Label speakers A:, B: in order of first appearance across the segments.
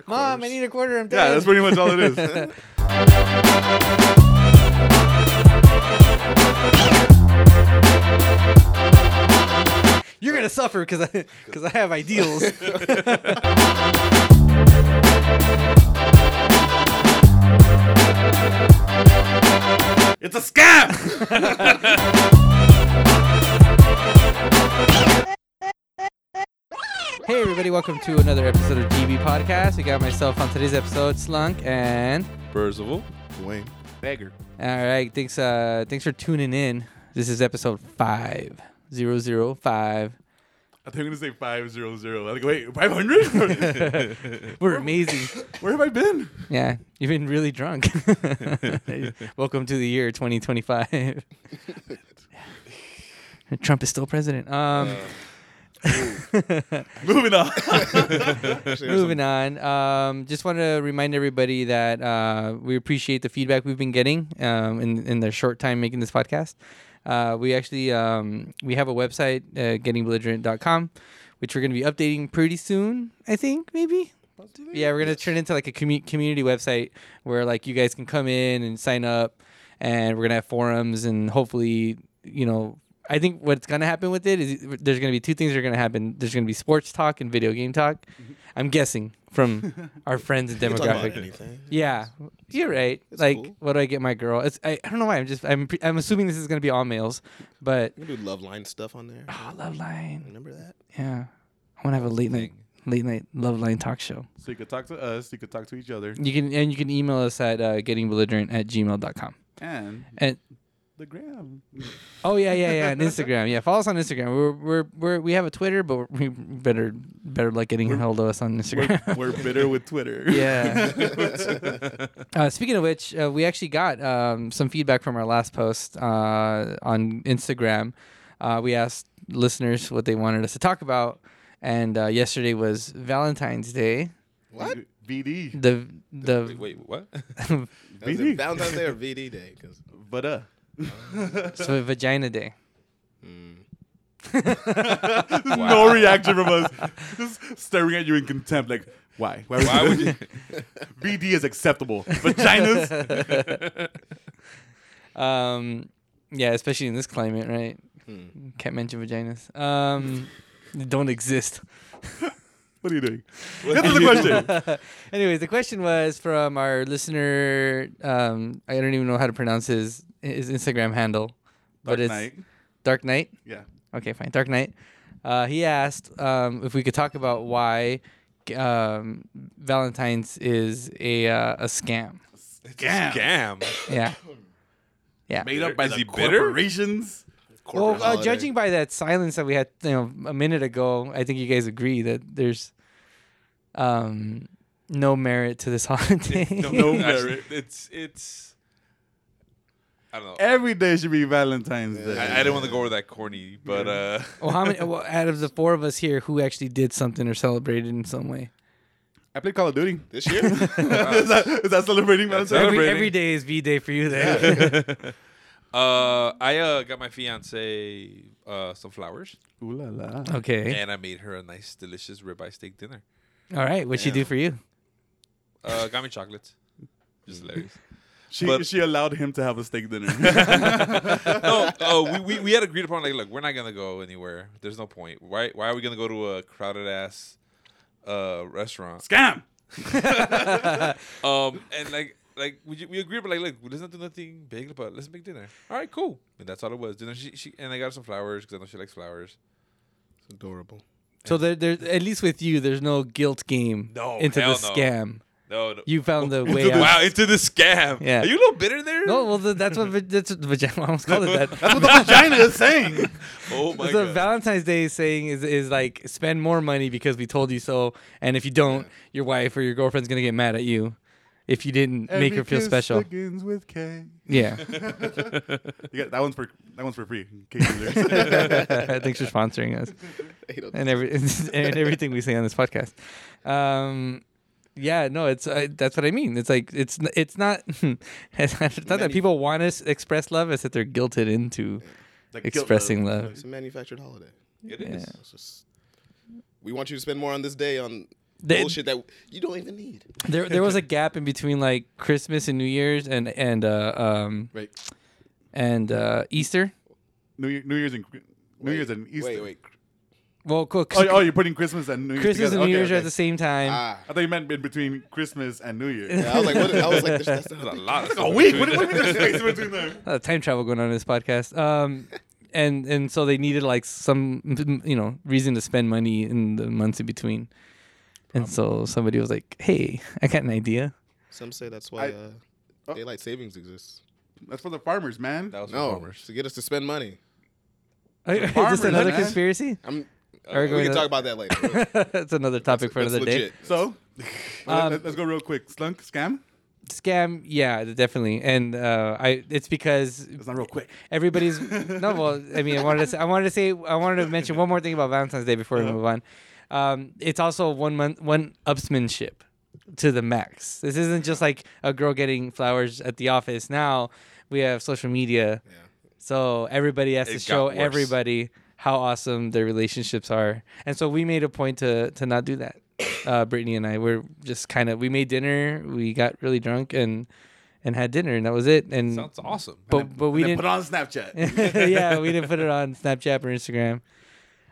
A: a quarter. I'm
B: Yeah,
A: dead.
B: that's pretty much all it is.
A: You're gonna suffer because I because I have ideals.
B: it's a scam.
A: hey everybody, welcome to another episode of GB Podcast. We got myself on today's episode, Slunk, and
B: Percival.
C: Dwayne.
D: Beggar.
A: all right, thanks uh thanks for tuning in. This is episode five zero zero five.
B: I think I'm gonna say five zero zero. I think wait, five hundred?
A: We're amazing.
B: Where have I been?
A: Yeah, you've been really drunk. Welcome to the year 2025. Trump is still president. Um,
B: Uh, Moving on.
C: Actually, there's
A: moving on. Um, just want to remind everybody that uh, we appreciate the feedback we've been getting um, in in the short time making this podcast. Uh, we actually um, we have a website, uh, gettingbelligerent.com, which we're going to be updating pretty soon. I think maybe. Yeah, we're gonna turn it into like a commu- community website where like you guys can come in and sign up, and we're gonna have forums and hopefully you know I think what's gonna happen with it is there's gonna be two things that are gonna happen. There's gonna be sports talk and video game talk. I'm guessing from our friends and
C: some- you can talk about
A: demographic.
C: anything.
A: Yeah, you're right. like,
C: cool.
A: what do I get my girl? It's I, I don't know why. I'm just I'm pre- I'm assuming this is gonna be all males, but
C: You can do love line stuff on there.
A: oh, love line.
C: Remember that?
A: Yeah, I want to have a late night late night love line talk show.
B: So you could talk to us. You could talk to each other.
A: You can and you can email us at uh, gettingbelligerent at gmail.com.
B: And
A: And
B: the gram.
A: oh yeah, yeah, yeah, and Instagram. Yeah, follow us on Instagram. We're we're, we're we have a Twitter, but we better better luck getting hold of us on
B: We're,
A: Instagram.
B: we're bitter with Twitter.
A: yeah. uh, speaking of which, uh, we actually got um, some feedback from our last post uh, on Instagram. Uh, we asked listeners what they wanted us to talk about, and uh, yesterday was Valentine's Day.
C: What?
B: VD.
A: The the
D: Wait, wait, what?
C: That was
B: VD.
C: it Valentine's Day or VD Day? Because
B: But uh.
A: so Vagina Day.
C: mm.
B: No reaction from us. Just staring at you in contempt. Like, why? Why would,
D: Why would you?
B: VD is acceptable. Vaginas.
A: Um, yeah, especially in this climate, right? Can't mention vaginas. Um, they don't exist.
B: what are you doing? Answer the question.
A: Anyways, the question was from our listener. Um, I don't even know how to pronounce his his Instagram handle, but
B: Dark
A: it's
B: Knight.
A: Dark Knight.
B: Yeah.
A: Okay, fine. Dark Knight. Uh, he asked um, if we could talk about why um, Valentine's is a uh, a scam.
B: Scam.
D: Scam.
A: Yeah.
B: Made up by
D: Is
B: the
D: he bitter?
B: corporations.
C: corporate
A: Well, uh,
C: holiday.
A: judging by that silence that we had, you know, a minute ago, I think you guys agree that there's um, no merit to this holiday.
B: no
D: Actually,
B: merit.
D: It's it's. I don't know.
B: Every day should be Valentine's Day.
D: I, I didn't want to go over that corny, but uh,
A: well, how many well, out of the four of us here who actually did something or celebrated in some way?
B: I played Call of Duty.
C: this year,
B: is, that, is that celebrating Valentine's Day?
A: Every,
D: Celebrating.
A: every day is V Day for you. There,
D: uh, I uh, got my fiance uh, some flowers,
B: Ooh la la.
A: okay.
D: and I made her a nice, delicious ribeye steak dinner.
A: All right, what'd she do for you?
D: Uh, got me chocolates. Just hilarious.
B: She,
D: But-
B: she allowed him to have a steak dinner.
D: no, oh, we, we, we had agreed upon like, look, we're not gonna go anywhere. There's no point. Why why are we gonna go to a crowded ass uh restaurant?
B: Scam.
D: Um, and like like we ju- we agreed, but like, look, let's not do nothing big, but let's make dinner. All right, cool. And that's all it was. Dinner. She, she and I got her some flowers because I know she likes flowers.
C: it's adorable.
A: So there, there, at least with you, there's no guilt game
D: No,
A: into the
D: hell no.
A: scam.
D: No, no.
A: You found the
D: into
A: way
D: the,
A: out.
D: wow into the scam.
A: Yeah.
D: are you a little bitter there?
A: No, well, th- that's what va- that's what vagina. I almost called it that.
B: That's what the vagina is saying.
D: Oh my
A: so
D: god.
A: Valentine's Day saying is is like spend more money because we told you so, and if you don't, your wife or your girlfriend's gonna get mad at you if you didn't make her feel special.
B: Begins with K.
A: Yeah,
B: You got, that one's for that one's for free. K dealers.
A: thanks for sponsoring us and every and everything we say on this podcast. Um, yeah, no, it's I, that's what I mean. It's like it's n- it's not it's not that
C: Many-
A: people want to s- express love; it's that they're guilted into
B: Like uh, guilt
A: expressing
B: of-
A: love.
C: It's a manufactured holiday.
D: it is.
C: It's just, we want you to spend more on this day on
A: They-
C: bullshit that you don't even need.
A: there there was a gap in between like Christmas and New Year's and and uh, um
C: Wait,
A: and uh, Easter.
B: New, Year, New Year's and Cri- New Year's and Easter.
C: Wait, wait.
A: Well, cool.
B: Oh, oh, you're putting Christmas and New Year's
A: Christmas
B: together.
A: and New
B: Okay,
A: Year's are
B: okay.
A: at the same time.
C: Ah,
B: I thought you meant in between Christmas and New Year's.
C: Yeah, I was like, what, I was like, this- that's
D: There's
C: not
D: a lot. Of
B: a week. What, do- what do you mean there's space between them?
A: A lot of time travel going on in this podcast. Um, and and so they needed like some you know reason to spend money in the months in between.
C: Um,
A: And so somebody was like, "Hey, I got an idea."
C: Some say that's why
B: I-
C: uh,
B: Oh.
C: daylight savings exists.
B: That's for the farmers, man.
D: That was for
C: No,
D: farmers.
C: to get us to spend money.
A: Is
B: farmers,
A: this another
B: man.
A: conspiracy?
C: I'm. uh,
A: Are we
C: we
A: going
C: can
A: to-
C: talk about that later.
A: That's another topic for
C: That's
A: another day.
C: legit.
B: So,
A: Um,
B: let, us go real quick. Slunk scam.
A: Scam, yeah, definitely. And uh, I, it's because
B: It's not real quick.
A: Everybody's no. Well, I mean, I wanted to. Say, I wanted to say. I wanted to mention one more thing about Valentine's Day before
D: Uh-huh.
A: we move on. Um, it's also one month, one upsmanship to the max. This isn't just like a girl getting flowers at the office. Now we have social media, so everybody has to
D: It
A: show
D: got worse.
A: everybody how awesome their relationships are. And so we made a point to to not do that. Uh, Brittany and I were just kind of. We made dinner. We got really drunk and and had dinner, and that was it. And
D: Sounds awesome.
A: but but we
B: Then
A: didn't
B: put it on Snapchat.
A: yeah, we didn't put it on Snapchat or Instagram.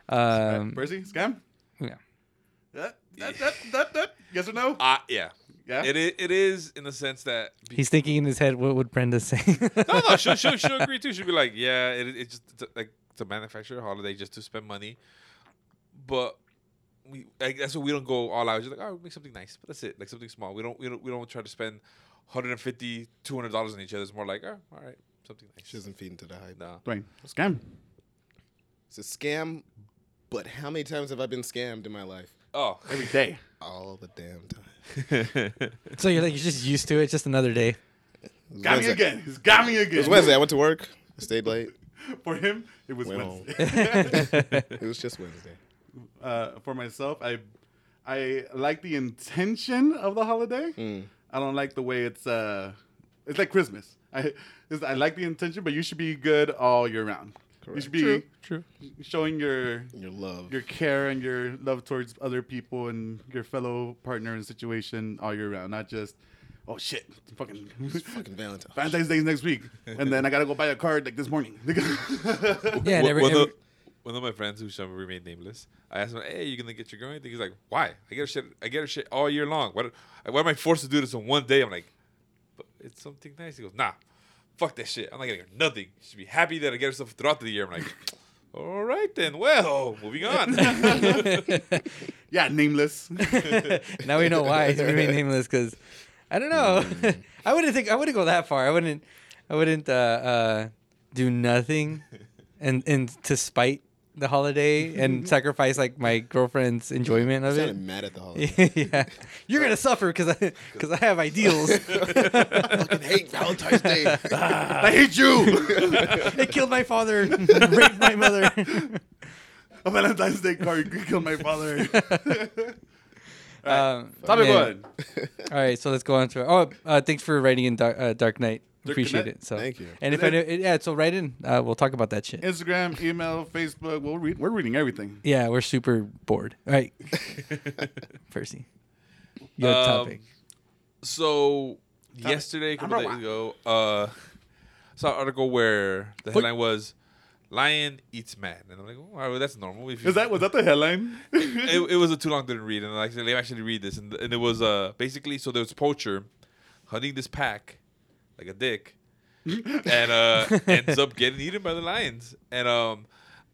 A: Um,
B: Percy, scam.
A: yeah.
B: That, that, that, that, that. Yes or no?
D: Uh, yeah.
B: Yeah.
D: It, i- it is in the sense that.
A: He's thinking in his head, what would Brenda say?
D: No, no, she'll, she'll, she'll agree too. She'll be like, yeah, it, it just it's a- like it's a manufactured holiday just to spend money. But we like, that's what we don't go all out. Just like, oh, make something nice. But that's it. Like something small. We don't we don't, we don't try to spend 150 200 dollars on each other. It's more like, oh, all right, something nice.
C: she doesn't feed into the hype.
D: no.
B: Dwayne, scam.
C: It's a scam, but how many times have I been scammed in my life?
D: Oh,
B: Every day.
C: All the damn time.
A: so you're like, you're just used to it, just another day.
C: It was
B: Got me
C: Wednesday.
B: again. He's got me
C: It was
B: again.
C: Wednesday. I went to work. I stayed late.
B: For him, it was
C: Went home.
B: Wednesday.
C: It was just Wednesday.
B: uh, for myself, I I like the intention of the holiday.
C: Hmm.
B: I don't like the way it's uh it's like Christmas. I it's, I like the intention, but you should be good all year round. You should be
D: true.
B: showing your
C: Your love.
B: your care and your love towards other people and your fellow partner and situation all year round, not just oh shit, fucking
C: fucking Valentine.
B: Valentine's Day next week, and then I gotta go buy a card like this morning.
A: Yeah, and
D: One-
A: every,
D: one,
A: every-
D: of, one of my friends who shall remain nameless, I asked him, "Hey, you gonna get your girl anything?" He's like, "Why? I get her shit. I get her shit all year long. Why, why am I forced to do this on one day?" I'm like, "But it's something nice." He goes, "Nah, fuck that shit. I'm not getting her nothing. She should be happy that I get her stuff throughout the year." I'm like, "All right then. Well, moving on."
B: yeah, nameless.
A: now we know why he's remained nameless because I don't know. I wouldn't think I wouldn't go that far. I wouldn't. I wouldn't uh, uh, do nothing, and and to spite the holiday and sacrifice like my girlfriend's enjoyment of
C: I'm
A: it.
C: kind of mad at the holiday.
A: yeah, you're gonna suffer because I because I have ideals.
C: I fucking hate Valentine's Day.
B: I hate you.
A: they killed my father, raped my mother.
B: a Valentine's Day card could kill my father.
A: um,
B: Topic
A: man.
B: one.
A: All right, so let's go on to it. Oh, uh, thanks for writing in Dark, uh, Dark Knight. Appreciate
B: Knight?
A: it. So
C: Thank you.
A: And if I know, it, yeah, so write in. Uh, we'll talk about that shit.
B: Instagram, email, Facebook. We'll read. We're reading everything.
A: yeah, we're super bored. All right, Percy, your
D: Um,
A: topic.
D: So yesterday, a couple
B: Number
D: days ago, uh, saw an article where the headline was "Lion Eats Man," and I'm like, "Oh, all right, well, that's normal." If you-
B: Is that was that the headline?
D: it, it was a too long didn't read, and I actually, let me actually read this, and, and it was uh basically so there was a poacher hunting this pack like a dick, and uh ends up getting eaten by the lions, and um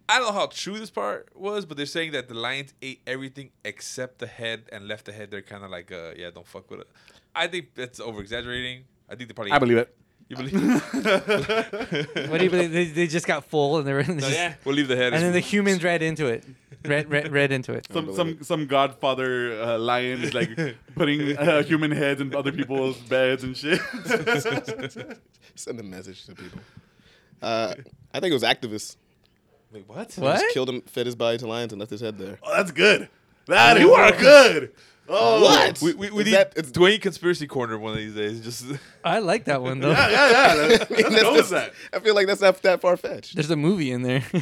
D: I don't know how true this part was, but they're saying that the lions ate everything except the head and left the head. They're kind of like uh yeah, don't fuck with it. I think that's over exaggerating. I think they probably
B: I believe it.
D: You believe?
A: what do you believe? They, they just got full and they were
D: No,
A: just-
D: Oh, yeah, we'll leave the head.
A: and
D: as-
A: then the humans read into it. Read read, read into it.
B: Some
C: believe
B: some some Godfather uh, lion is like putting uh, human heads in other people's beds and shit.
C: Send a message to people. Uh, I think it was activists.
D: Wait, what?
A: What?
C: Just killed him, fed his body to lions, and left his head there.
B: oh, that's good. That you are good. Oh,
C: What?
D: We, we, we
C: Is
D: need
C: that- it's-
D: Dwayne conspiracy corner one of these days. Just
A: I like that one though.
B: Yeah, yeah, yeah. That,
C: I mean,
B: that
C: that's
B: knows
C: just-
B: that.
C: I feel like that's not that far fetched.
A: There's a movie in there.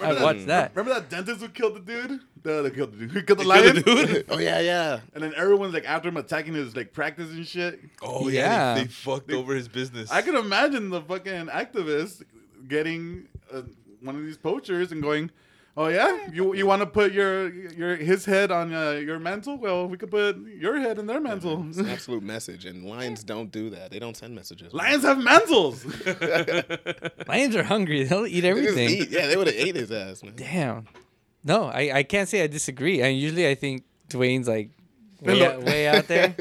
A: I watched that.
B: Remember that dentist who killed the dude? No, they killed the dude. Who killed the
D: killed
B: lion?
D: the dude?
C: Oh yeah, yeah.
B: And then everyone's like after him attacking his like practice and shit.
D: oh yeah, they,
A: Yeah.
D: they fucked over his business.
B: I could imagine the fucking activist getting uh, one of these poachers and going, "Oh yeah, you you want to put your your his head on uh, your mantle? Well, we could put your head in their mantle.
C: It's an absolute message, and lions don't do that. They don't send messages.
B: Lions have mantles.
A: Lions are hungry. They'll eat
C: They just
A: everything.
C: eat. Yeah, they would have ate his ass. Man.
A: Damn. No, I, I can't say I disagree. And usually I think Dwayne's like way,
B: Hello.
A: out, way out there.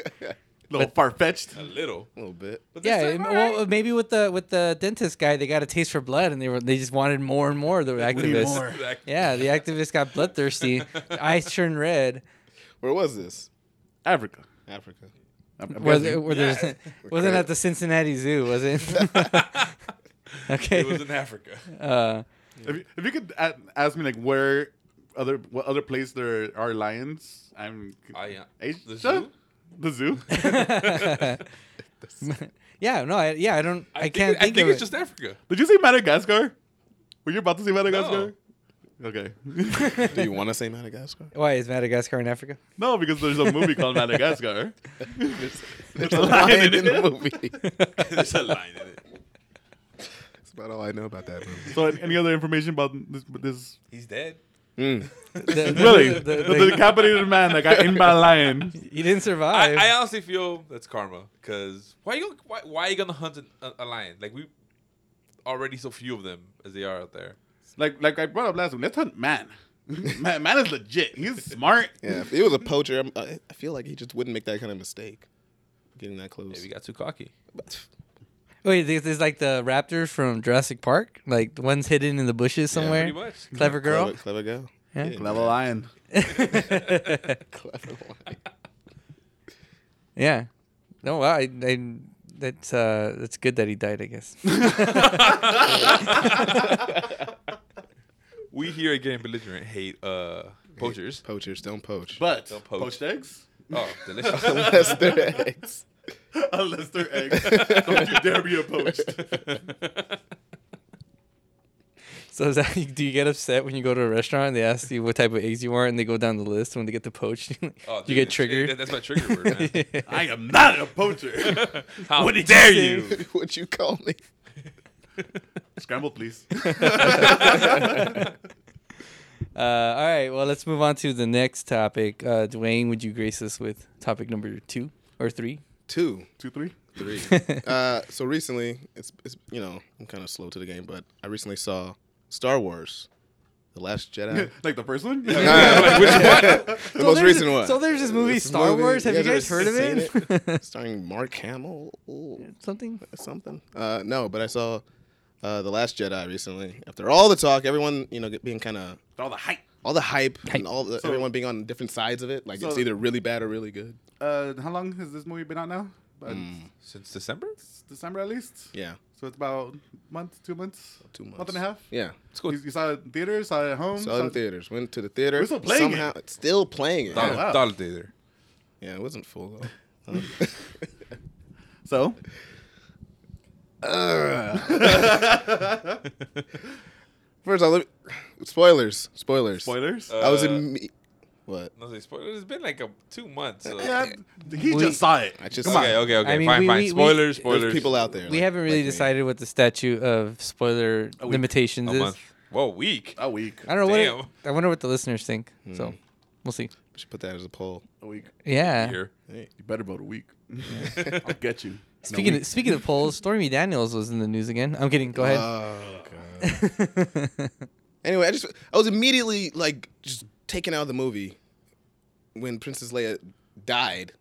B: little far fetched.
D: a little.
C: A little bit.
D: But
A: yeah,
D: this
A: it-
D: time,
A: well, maybe with the with the dentist guy, they got a taste for blood, and they were they just wanted more and more. The activists.
B: more.
D: Back-
A: Yeah, the activists got bloodthirsty. Eyes turned red.
C: Where was this?
B: Africa.
C: Africa.
B: I'm- I'm
A: Were
B: guessing.
A: there, were
D: Yeah.
A: there, wasn't at the Cincinnati Zoo, was it? okay.
D: It was in Africa.
A: uh,
B: If you, if you could a- ask me like where other what other place there are lions, I'm
D: I, uh,
B: Asia?
D: the zoo?
B: The zoo?
A: yeah, no, I, yeah, I don't, I, can't
D: I
A: think,
D: think
A: of
D: it's
A: it.
D: just Africa.
B: Did you say Madagascar? Were you about to say Madagascar? Okay.
C: Do you want to say Madagascar?
A: Why is Madagascar in Africa?
B: no, because there's a movie called Madagascar.
C: There's, there's
B: a
C: a
B: lion
C: lion
B: in
C: in the movie. That's
D: There's a line in it.
C: about all I know about that movie.
B: So, any other information about this? this
D: He's dead.
C: Mm.
A: The- the-
B: really,
A: the-
B: the,
A: the-
B: decapitated man that got eaten by a lion.
A: he didn't survive.
D: I, uh, I honestly feel that's karma. Cause why you why, why you gonna hunt a, a lion? Like we already so few of them as they are out there.
B: Like, like I brought up last week. Let's hunt man. man. Man is legit. He's smart.
C: Yeah, if it was a poacher, I'm, I I feel like he just wouldn't make that kind of mistake. Getting that close.
D: Maybe he got too cocky.
C: But-
A: Wait, this is like the raptors from Jurassic Park. Like the one's hidden in the bushes somewhere.
D: Pretty much.
A: Clever girl.
C: Clever, clever girl.
A: Yeah.
B: Level lion.
C: Clever lion.
A: Yeah. No, well, I, I that's uh, that's good that he died. I guess.
D: We here at Getting Belligerent hate uh poachers.
C: Poachers don't poach.
B: But
D: Don't poach.
B: poached eggs.
D: Oh, delicious.
C: Unless they're eggs.
B: Unless they're eggs. Don't you dare be a poached.
A: so is that, do you get upset when you go to a restaurant and they ask you what type of eggs you want and they go down the list when they get to poached?
D: Oh,
A: you get
D: dude, that-
A: triggered.
D: that- that's my trigger word, man.
B: I am not a poacher.
D: How dare
A: say?
D: you?
C: what you call me?
B: Scrambled, please.
A: Uh, all right. Well, let's move on to the next topic. Uh, Dwayne, would you grace us with topic number two or three?
C: Two.
B: Two, three.
C: three. uh, so recently, it's, it's you know I'm kind of slow to the game, but I recently saw Star Wars, The Last Jedi.
B: like the first one?
C: the most
A: there's-
C: recent one. Uh,
A: so there's this movie,
C: This
A: Star Wars. Have you guys
C: ever
A: heard of
C: seen
A: it?
C: Starring Mark Hamill, Ooh,
A: Something.
C: something. Uh, no, but I saw uh, The Last Jedi recently. After all the talk, everyone you know get- being kind of
B: All the hype.
C: all the hype, and all the,
B: So-
C: everyone being on different sides of it. Like it's
B: So-
C: either really bad or really good.
B: Uh, how long has this movie been out now? About
D: Since December?
B: s- December at least.
C: Yeah,
B: So it's about month, two months,
C: two months.
B: month and a half.
C: Yeah.
D: It's cool.
B: You, you saw it in theaters, saw it at home.
C: Saw it in theaters. Went to the theater.
B: We're still playing it.
C: somehow, it's Still playing it.
D: Dollar,
C: Yeah.
B: wow.
D: dollar theater.
C: Yeah, it wasn't full though. Um,
B: So
C: First, I'll spoilers. Spoilers.
B: spoilers.
C: I was
D: Uh,
C: in. What?
D: No, say spoilers. It's been like a, two months. So.
B: yeah, he
A: we-
B: just saw it.
C: I just.
D: Come on. Okay, okay, okay.
A: I mean,
D: fine,
A: we-
D: fine.
A: we- we-
D: spoilers, spoilers.
C: There's people out there.
A: We
C: like-
A: haven't really
C: like me.
A: decided what the statute of spoiler
B: week.
A: limitations
D: A
A: is.
D: month. Whoa, week.
B: A week.
A: I don't know.
D: Damn.
A: What it- I wonder what the listeners think. So we'll see.
C: We should put that as a poll.
B: A week.
A: Yeah.
D: Here.
C: Hey,
B: You better vote a week. I'll get you.
A: Speaking
B: No,
A: of, speaking of polls, Stormy Daniels was in the news again. I'm kidding. Go ahead.
C: Oh god. anyway, I just I was immediately like just taken out of the movie when Princess Leia died.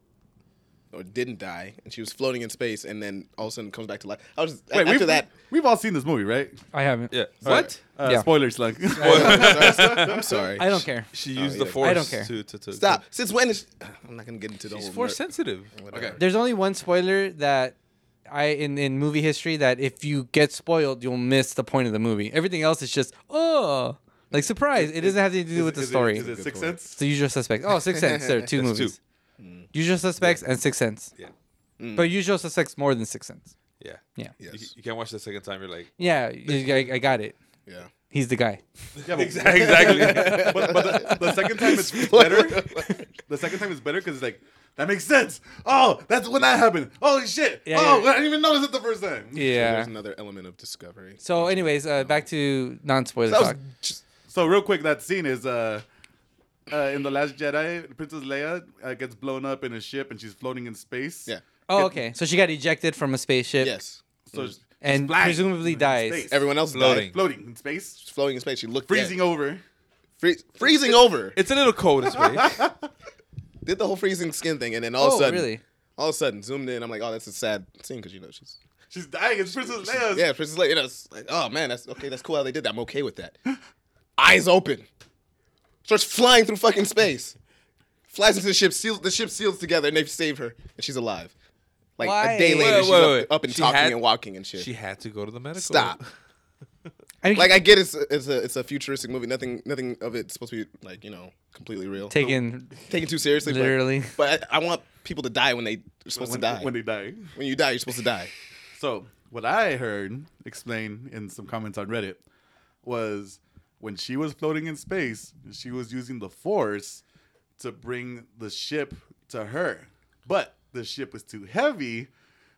C: Or didn't die, and she was floating in space, and then all of a sudden comes back to life. I was just,
B: Wait,
C: after
B: we've,
C: that.
B: we've all seen this movie, right?
A: I haven't.
D: Yeah.
B: What? Uh,
A: Yeah.
B: Spoiler slug.
C: I'm sorry. I'm sorry.
A: I don't care.
D: She used
C: he
D: the
C: doesn't.
D: force
A: I don't care.
D: to, to, to
C: Stop. Since when is? I'm not gonna get into the
D: She's
C: whole
D: force
C: nerd-
D: sensitive.
C: whatever.
A: There's only one spoiler that I in in movie history that if you get spoiled, you'll miss the point of the movie. Everything else is just oh, like surprise. It doesn't have anything to do with the
B: Is it-
A: story.
B: Is it Sixth Sense?
A: It's the usual suspect. Oh, Six Sense. There are two
D: That's two.
A: movies.
C: Mm.
A: Usual Suspects and Sixth Sense.
D: Yeah.
A: But Usual Suspects more than Sixth Sense.
D: Yeah.
A: Yeah.
D: You-
C: Yes.
D: You, can't watch the second time. You're like,
A: Yeah, you- I, I got it.
C: Yeah.
A: He's the guy.
B: Yeah, but-
D: exactly. exactly.
B: but, but the, the second time it's better. the second time it's better because it's like that makes sense. Oh, that's when that happened. Holy shit!
A: Yeah,
B: oh,
A: yeah.
B: I didn't even notice it the first time.
A: Yeah.
C: There's another element of discovery.
A: So, anyways, uh, back to non-spoiler
C: That was
A: talk.
C: just
B: So real quick, that scene is uh, uh, in the Last Jedi, Princess Leia uh, gets blown up in a ship and she's floating in space.
C: yeah.
A: Oh, okay. So she got ejected from a spaceship
C: Yes.
B: So she's
A: and
B: flying
A: presumably
B: in
A: dies.
B: space.
C: Everyone else floating,
D: Floating.
B: floating in space,
C: floating in space. She looked
B: freezing
C: dead.
B: over.
C: Free- freezing over.
D: It's a little cold in space.
C: Did the whole freezing skin thing, and then all of
A: Oh,
C: a sudden,
A: really?
C: all of a sudden, zoomed in. I'm like, oh, that's a sad scene because you know she's
B: She's dying. It's Princess Leia.
C: yeah, Princess Leia. You know, it's like, oh man, that's okay. That's cool how they did that. I'm okay with that. Eyes open, starts flying through fucking space, flies into the ship. Seals the ship seals together, and they save her, and she's alive. Like
A: Why?
C: a day
A: Wait,
C: later,
D: wait,
C: she's
D: wait.
C: Up, up and
D: She
C: talking
D: had-
C: and walking and shit.
D: she had to go to the medical.
C: Stop.
A: I mean,
C: Like I get it's it's a it's a futuristic movie. Nothing nothing of it's supposed to be like you know completely real.
A: taken
C: Taken too seriously. but-
A: literally.
C: But, I, I want people to die when they are supposed
B: When,
C: to die.
B: when they die.
C: when you die, you're supposed to die.
B: So what I heard explained in some comments on Reddit was when she was floating in space, she was using the force to bring the ship to her. But the ship was too heavy,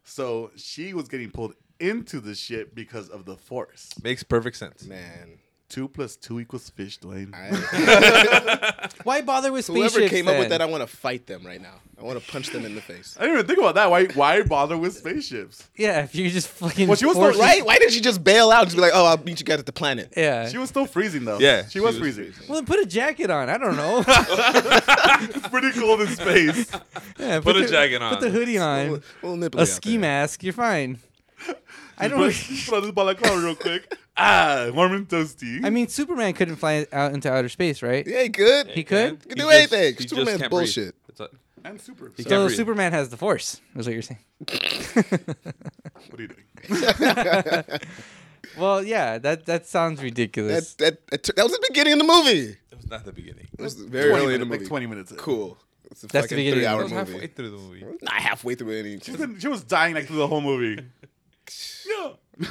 B: so she was getting pulled into the ship because of the force.
D: Makes perfect sense.
C: Man.
B: Two plus two equals fish, Dwayne.
C: I,
A: Why bother with spaceships?
C: whoever came up with
A: then?
C: that, I want to fight them right now. I want to punch them in the face.
B: I didn't even think about that. Why why bother with spaceships?
A: yeah, if you just fucking.
B: Well, she was
A: force-
B: not
C: Right? Why didn't she just bail out and just be like, oh, I'll meet you guys at the planet?
A: Yeah.
B: She was still freezing though.
D: Yeah,
B: She,
D: she
B: was,
D: was
B: freezing.
A: well, then put a jacket on. I don't know.
B: It's pretty cold in space.
A: Yeah,
D: Put a
A: the-
D: jacket on.
A: Put the hoodie
C: Little,
A: on.
C: little nipple.
A: A
C: out
A: ski
C: there.
A: mask. You're fine. I don't.
B: Put, put on this balaclava real quick. Ah, warm and toasty.
A: I mean, Superman couldn't fly out into outer space, right?
C: Yeah, good.
A: He could.
C: He could do anything. Superman's
D: can't
C: bullshit.
D: breathe. That's all-
B: and super.
D: He
B: So,
D: can't
A: So
D: breathe.
A: Superman has the Force. Is what you're saying.
B: what are you doing?
A: Well, yeah, that that sounds ridiculous.
C: That, that, that, that was the beginning of the movie.
D: It was not the beginning.
C: It was very
B: 20
C: early in the
B: minutes-
C: movie.
B: Like 20 minutes. in.
C: Cool. It's a
A: That's the
C: fucking
A: beginning.
C: three
D: I
C: hour
D: was halfway
C: movie.
D: through the movie.
C: Not halfway through any.
B: She's been- She was dying like through the whole movie. yeah.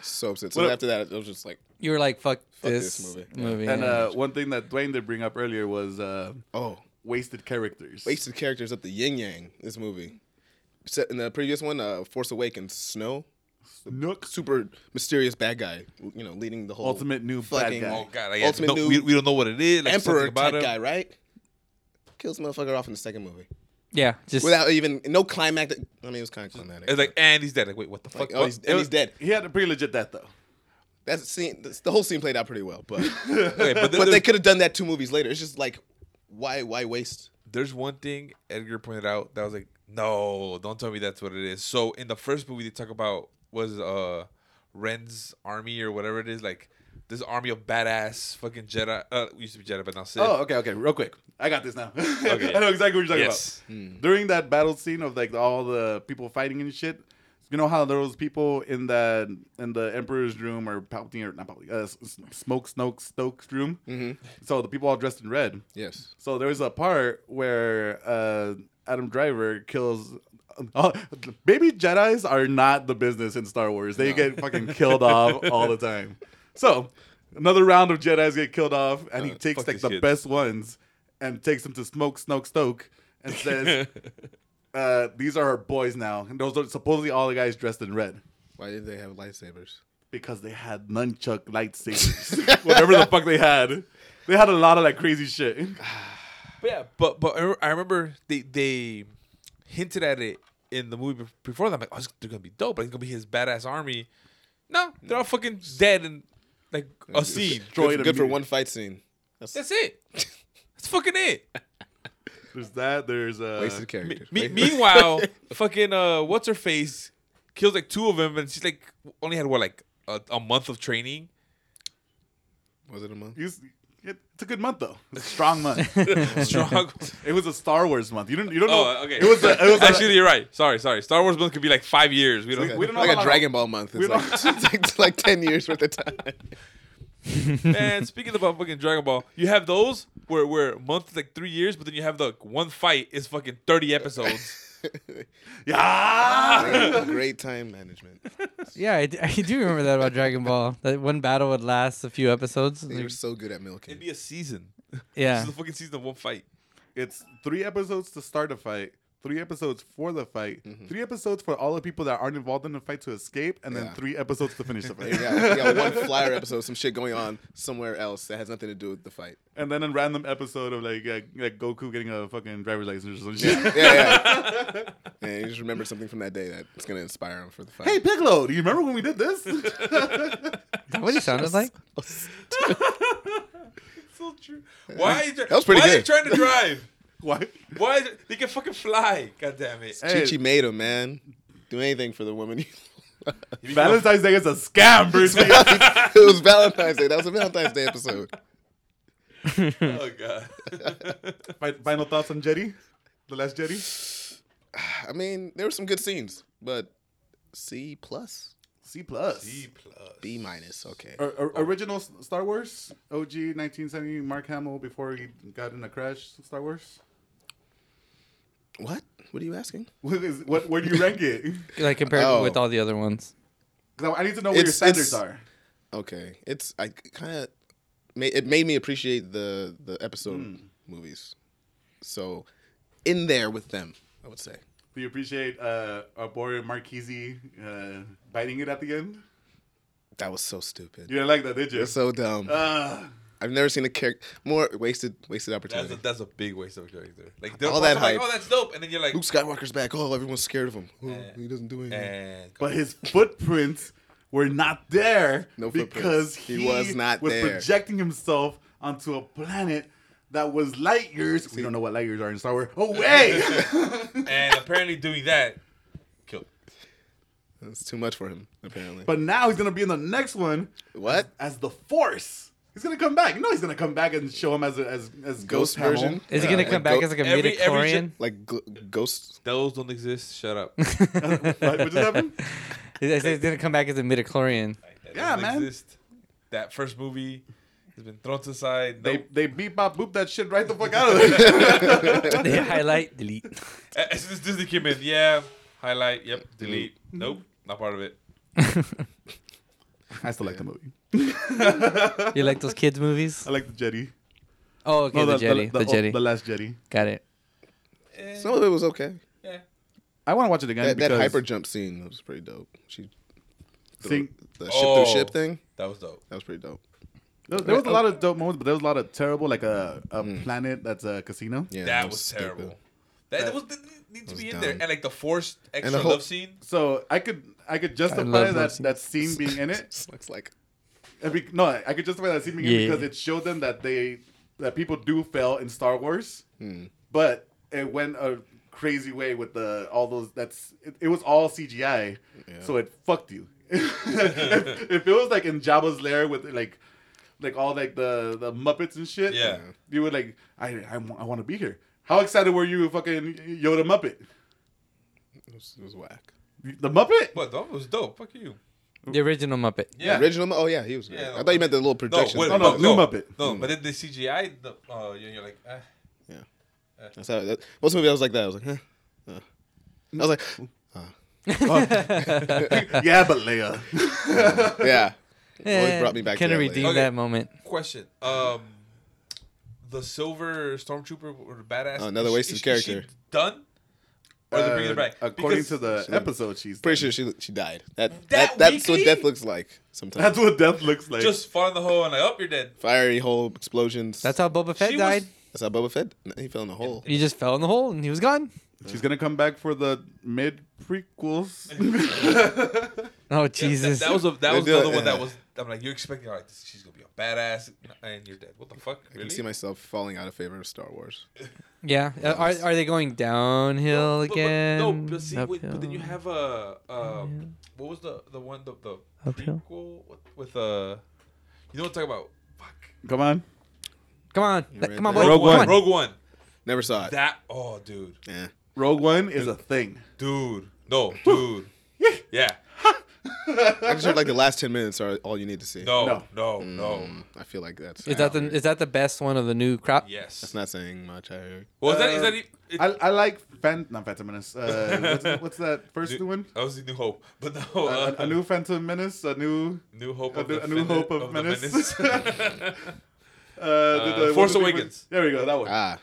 C: So upset. So
B: Well-
C: after that, I was just like,
A: you were like, fuck,
C: this
A: this,
C: movie.
A: movie.
B: and
A: yeah.
B: uh, one thing that Dwayne did bring up earlier was uh,
C: oh,
B: wasted characters.
C: wasted characters at the yin yang. This movie. Set in the previous one, uh, Force Awakens, Snow,
B: Nook.
C: super mysterious bad guy, you know, leading the whole
B: Ultimate new bad
C: fucking
B: guy.
D: Oh God! I guess
C: Ultimate
D: no,
C: new
D: we, we don't know what it is. Like
C: emperor
D: something about
C: type
D: him.
C: guy, right? Kills motherfucker off in the second movie
A: yeah, just
C: without even no climactic. I mean, it was kind of climactic.
D: It's like, and he's dead. Like, wait, what the fuck?
C: oh, he's, and he's dead.
B: He had a pretty legit death though.
C: That's the scene. that's- The whole scene played out pretty well, but
D: Okay,
C: but
D: but, there-
C: they could have done that two movies later. It's just like, why why waste?
D: there's one thing Edgar pointed out that was like, no, don't tell me that's what it is. So in the first movie, they talk about was uh Ren's army or whatever it is, like this army of badass fucking Jedi. Uh, used to be Jedi, but now Sith.
B: Oh, okay, okay. Real quick, I got this now.
D: Okay.
B: I know exactly what you're talking
D: Yes. Hmm.
B: about. During that battle scene of like all the people fighting and shit, you know how there was people in the in the Emperor's room or Palpatine or not Palpatine, uh, S- S- Smoke Snoke Stokes room. Mm-hmm. So the people all dressed in red.
C: Yes.
B: So there was a part where uh, Adam Driver kills. all baby Jedi's are not the business in Star Wars. They get fucking killed off all the time. So another round of Jedi's get killed off, and he takes
D: Uh,
B: like
D: fuck these
B: the
D: kids.
B: best ones and takes them to Smoke Snoke Stoke and says, uh, "These are our boys now." And those are supposedly all the guys dressed in red
C: Why did they have lightsabers?
B: because they had nunchuck lightsabers, whatever the fuck they had. They had a lot of like crazy shit.
D: But yeah, but but I re- I remember they they hinted at it in the movie bef- before that. I'm like, oh, it's- they're gonna be dope. Like, it's gonna be his badass army. No, they're all fucking dead and like a scene.
B: Droid
C: Good, good for
B: immune.
C: one fight scene. That's
D: That's it. That's fucking it.
B: There's that. There's uh,
C: wasted character.
D: Me- meanwhile, fucking uh, what's her face kills like two of them, and she's like only had what like a, a month of training.
C: was it a month?
B: You s- it- it's a good month though. It's a strong month.
D: Strong.
B: it was a Star Wars month. You don't. You don't know.
D: oh, okay.
B: It was. A, it was a-
D: actually you're right. Sorry, sorry. Star Wars month could be like five years. We don't.
B: We don't know
C: like
B: how-
C: a Dragon Ball month. It's
B: we
C: like,
B: don't-
C: it's like, it's like ten years worth of time.
D: Man, speaking about fucking Dragon Ball, you have those. where where month like three years, but then you have the one fight is fucking thirty episodes.
B: Yeah.
C: Great, great time management.
A: Yeah, I, d- I do remember that about Dragon Ball. That one battle would last a few episodes.
C: They were so good at milking.
D: It'd be a season.
A: Yeah.
D: This is the fucking season of one fight.
B: it's three episodes to start a fight, three episodes for the fight, three episodes for all the people that aren't involved in the fight to escape, and
C: Yeah.
B: then three episodes to finish the fight.
C: yeah, yeah, one flyer episode, some shit going on somewhere else that has nothing to do with the fight.
B: And then a random episode of like, uh, like Goku getting a fucking driver's license or some shit.
C: Yeah, yeah. and you just remember something from that day that's gonna inspire him for the fight.
B: Hey Piccolo, do you remember when we did this?
A: Is that what it sounded like?
C: Oh,
D: So true. Why? Are you try-
C: That was pretty
D: why Are you
C: good.
D: trying to drive?
B: Why?
D: Why? Is it- they can fucking fly. God damn it.
C: Chi Chi made him, man. Do anything for the woman. it
B: Valentine's Day is a scam, Bruce. Lee.
C: was Valentine's Day. That was a Valentine's Day episode.
D: Oh god.
B: Fi- Final thoughts on Jetty, the last Jetty.
C: I mean, there were some good scenes, but C plus,
B: C plus.
D: D plus.
C: B minus. Okay.
B: Or, or- original S- Star Wars, OG 1970 Mark Hamill before he got in a crash. Star Wars.
C: What? What are you asking?
B: What is what? Where do you rank it? 'Cause
A: Like compared
C: Oh.
A: with all the other ones.
B: I I need to know where your
C: It's-
B: standards
C: it's-
B: are.
C: Okay, it's I kind of it made me appreciate the the episode
D: Hmm.
C: movies. So, in there with them, I would say.
B: Do you appreciate uh, our boy Marchese uh, biting it at the end?
C: That was so stupid.
B: You didn't like that, did you?
C: You're so dumb.
B: Ah.
C: I've never seen a character more wasted wasted
D: That's
C: opportunity.
D: Uh, a, that's a big waste of a character. Like they're
C: All that
D: like,
C: hype.
D: Oh, that's dope. And then you're like,
C: Luke Skywalker's back. Oh, everyone's scared of him. Oh,
D: Eh.
C: he doesn't do anything.
D: and
B: but his footprints were not there
C: No footprints.
B: because
C: He
B: he,
C: was not
B: was
C: there.
B: projecting himself onto a planet that was light years. We don't know what light years are in Star Wars. Oh, Away.
D: and apparently doing that killed.
C: That's too much for him, apparently.
B: but now he's gonna be in the next one
C: what?
B: as the Force. He's gonna come back. You know he's gonna come back and show him as a, as as Ghost,
C: Ghost
B: Hamill.
C: version?
A: Is
C: Yeah,
A: it gonna
C: like
A: come back
C: go-
A: as like a
D: every- every gen-
A: midichlorian?
C: Like gl- ghost.
D: Those don't exist. Shut up.
B: What- what just happened?
A: I said it's gonna come back as a midichlorian.
D: That
B: Yeah,
D: doesn't
B: man.
D: Exist. That first movie has been thrown to the side.
B: They
D: Nope.
B: they beep bop boop that shit right the fuck out of there.
A: they highlight, delete.
D: A- Uh, As soon as Disney came in, yeah, highlight, yep, delete, nope, not part of it.
B: I still like the movie.
A: You like those kids movies?
B: I like the Jetty.
A: Oh, okay, the, jetty, the,
B: the,
A: jetty.
B: the last Jetty.
A: Got it.
D: Eh,
C: Some of it was okay.
D: yeah.
B: I want to watch it again.
C: That, that
B: because
C: hyper jump scene was pretty dope. She
B: Sing-
C: the ship
D: Oh.
C: through ship thing.
D: That was dope.
C: That was pretty dope.
B: there, there was a lot of dope moments, but there was a lot of terrible, like a, a planet that's a casino.
C: Yeah,
D: that, was,
C: stupid.
D: terrible. That, that was didn't need to be in there,
C: dumb.
D: and like the forced extra
C: whole-
D: love scene.
B: So I could I could
A: love
B: justify that
A: those
B: that scene being in it.
C: Looks like
B: And be- no, I could justify that scene being in
A: Yeah.
B: it because it showed them that they that people do fail in Star Wars,
D: Hmm.
B: but it went a crazy way with the all those. That's it, it was all CGI, so it fucked you. if, if it was like in Jabba's lair with like like all like the the Muppets and shit,
D: Yeah.
B: you would like I I, wa- I want to be here. How excited were you, fucking Yoda Muppet?
C: it was, it was whack.
B: The Muppet?
D: But that was dope. Fuck you.
A: The original Muppet.
D: Yeah.
C: Original? mo- Oh yeah, he was. Great.
D: Yeah,
C: I thought you meant the little
D: No,
C: projection.
D: wait,
B: Oh,
C: thing.
B: no, Blue Muppet.
D: No, but then the CGI, the, uh, you're, you're like, ah.
C: That's how. That, most movies I was like that. I was like, huh. huh. I was like,
B: yeah, but Leia.
A: Eh,
C: yeah.
D: Oh,
C: Always brought me back.
A: Kinda
C: to that later.
A: redeemed
D: Okay.
A: that moment.
D: Question. Um, the silver stormtrooper or the badass.
C: Oh, another
D: is she-
C: wasted
D: is she-
C: character.
D: done. Or they bringing her back.
B: Uh, According
D: Because
B: to the episode, she's
C: Pretty sure she she died. That, that,
D: That
C: that's what
D: weekly?
C: death looks like sometimes.
B: That's what death looks like.
D: just fall in the hole and like, oh, you're dead.
C: Fiery hole explosions.
A: That's how Boba Fett
D: She was-
A: died.
C: that's how Boba Fett. He fell in the hole.
A: He just fell in the hole and he was gone. Oh,
B: She's gonna come back for the mid prequels.
A: Oh
D: That,
A: Jesus!
D: that was a, that was
C: do it,
D: another one that
C: yeah.
D: was. I'm like, you're expecting like this, she's gonna be a badass, and you're dead. What the fuck?
C: I
D: Really?
C: can see myself falling out of favor of Star Wars.
A: yeah. Uh, Are, are they going downhill
D: But- but-
A: again?
D: no, but see, wait, but then
A: Uphill?
D: you have a uh, um, what was the the one the the
A: Uphill?
D: prequel with, with uh, you know what I'm talking about? Fuck.
B: come on.
A: Come on,
C: right
A: come on, boy.
C: there.
D: Rogue
A: Come
D: One.
A: on.
D: Rogue One.
C: Never saw it.
D: That oh, dude,
C: Eh.
B: Rogue One is a thing.
D: dude, no, dude, yeah,
C: I just heard like the last ten minutes are all you need to see.
D: No,
B: No.
D: no, no.
C: Mm, I feel like that's
A: Is that the is that the best one of the new crop?
D: Yes.
C: that's not saying much. I heard.
D: Well, is that,
B: Uh,
D: is that e- it,
B: I, I like Phantom, not Phantom Menace. Uh, what's, what's that first
D: New-
B: one?
D: I was in New Hope, but
B: A,
D: no, uh,
B: a new Phantom Menace, a new
D: New Hope,
B: a
D: of
B: new-
D: the
B: a new
D: Fini-
B: hope of
D: the
B: menace.
D: menace.
B: uh, the- the-
D: Uh, Force
B: what's the big one?
D: Awakens.
B: There we go, that one.
C: Ah,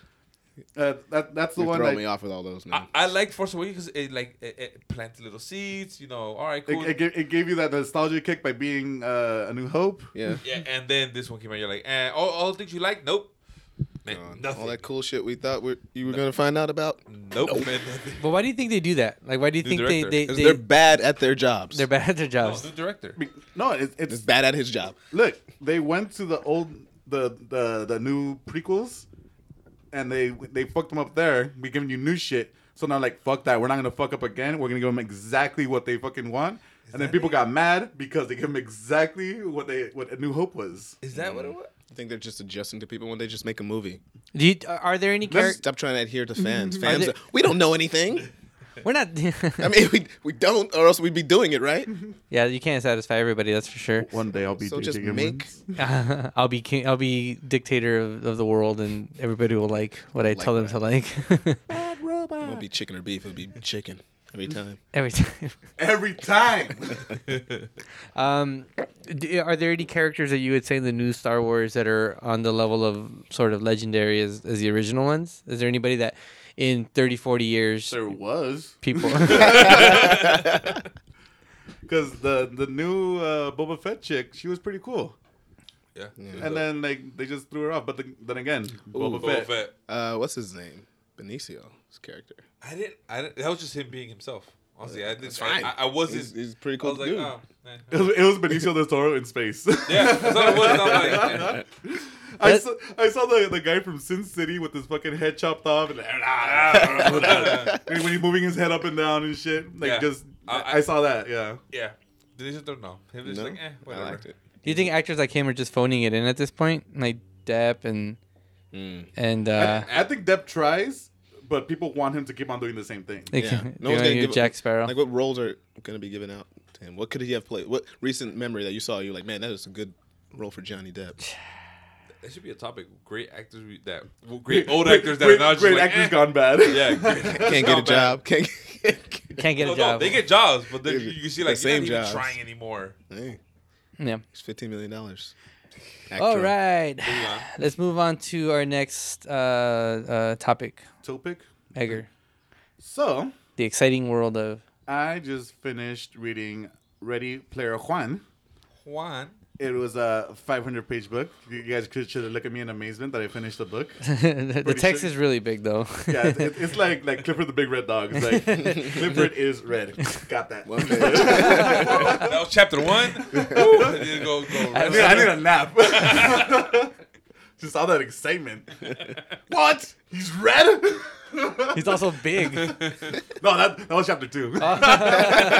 B: Uh, that that's the
C: you
B: one.
C: throw
B: That,
C: me off with all those. Man.
D: I, I liked Force Awakens because it like it, it planted little seeds, you know. All right,
B: it,
D: cool.
B: it, gave, it gave you that nostalgia kick by being uh, a new hope.
C: yeah.
D: yeah, and then this one came out. You're like, eh, all, all things you like? Nope, Man,
C: Uh,
D: nothing.
C: all that cool shit we thought we you were gonna find out about.
D: nope, man, nothing.
A: But why do you think they do that? Like, why do you
D: New
A: think they
D: director.
A: they,
C: 'Cause
A: they
C: they're bad at their jobs.
A: they're bad at their
D: No,
A: jobs?
D: new director.
B: Be- No, it, it's
C: It's bad at his job.
B: look. They went to the old, the the the new prequels, and they they fucked them up there. We giving you new shit. So now like fuck that. We're not gonna fuck up again. We're gonna give them exactly what they fucking want. and then
D: that
B: people got mad because they give them exactly what they what a new hope was.
D: Is that what it was?
C: I think they're just adjusting to people when they just make a movie.
A: Do you, are there any
C: Let's
A: characters?
C: stop trying to adhere to fans.
D: Mm-hmm.
C: Fans,
A: they-
C: are- we don't know anything.
A: We're not.
C: I mean, we we don't, or else we'd be doing it right.
D: Mm-hmm.
A: yeah, you can't satisfy everybody. That's for sure.
B: One day I'll be
C: So
B: JJ
C: just make
B: Abrams.
A: I'll be king, I'll be dictator of, of the world, and everybody will like what I tell them to like
C: It won't be chicken or beef. It'll be chicken every
D: Mm-hmm.
C: time.
A: every time.
B: every time.
A: Um, d- are there any characters that you would say in the new Star Wars that are on the level of sort of legendary as, as the original ones? Is there anybody that in 30, 40 years
B: there was
A: people
B: because the the new uh, Boba Fett chick, she was pretty cool.
D: Yeah.
B: And then like they just threw her off. But the, then again, Boba,
D: Boba
B: Fett.
D: Fett.
C: Uh, what's his name? Benicio's character.
D: I didn't. I didn't, that was just him being himself. Honestly, I didn't.
C: It's fine.
D: I, I wasn't.
C: He's, he's a pretty
D: I
C: cool
D: was like,
C: dude.
D: oh, eh.
B: It was, it was Benicio del Toro in space.
D: yeah, that's all it was. I'm like, eh.
B: I
A: That-
B: saw, I saw the, the guy from Sin City with his fucking head chopped off and when, when he's moving his head up and down and shit. Like
D: Yeah.
B: just
D: I-
B: I,
D: I-
B: saw that, yeah.
D: Yeah. They just don't know. He was
C: no,
D: just like, eh, whatever.
C: I liked it.
A: Do you think actors like him are just phoning it in at this point? Like Depp and and uh
B: I think Depp tries, but people want him to keep on doing the same thing.
A: like,
C: Yeah,
A: no Jack Sparrow.
C: Like, what roles are going to be given out to him? What could he have played? What recent memory that you saw? You're like, man, that was a good role for Johnny Depp.
D: It should be a topic. Great actors we- that, well, great old actors that are
B: great,
D: now just
B: great
D: like,
B: actors
D: eh.
B: gone bad.
D: Yeah, great actors
C: Can't get a
D: gone bad.
C: job. Can't.
A: Can't get
D: Oh, No,
A: a
D: no,
A: job.
D: they get jobs, but then
C: They
D: you,
C: get
D: you see,
C: the
D: like, they're
C: same
D: not even
C: jobs.
D: trying anymore.
C: hey,
A: yeah.
C: it's fifteen million dollars.
A: All right.
D: on.
A: Let's move on to our next uh uh topic.
B: Topic.
A: Edgar.
B: So
A: The exciting world of
B: I just finished reading Ready Player Juan.
D: Juan.
B: It was a 500 page book. You guys could should look at me in amazement that I finished the book.
A: the, the
B: Pretty
A: text
B: soon.
A: is really big though.
B: Yeah, it, it- it's like like Clifford the Big Red Dog. It's like Clifford is red. Got that.
C: One page.
D: That was chapter one. Woo, I need to go, go.
B: I need, I need a nap. Just all that excitement. What? He's red? no,
A: He's also big. Uh,
B: that, that was chapter two.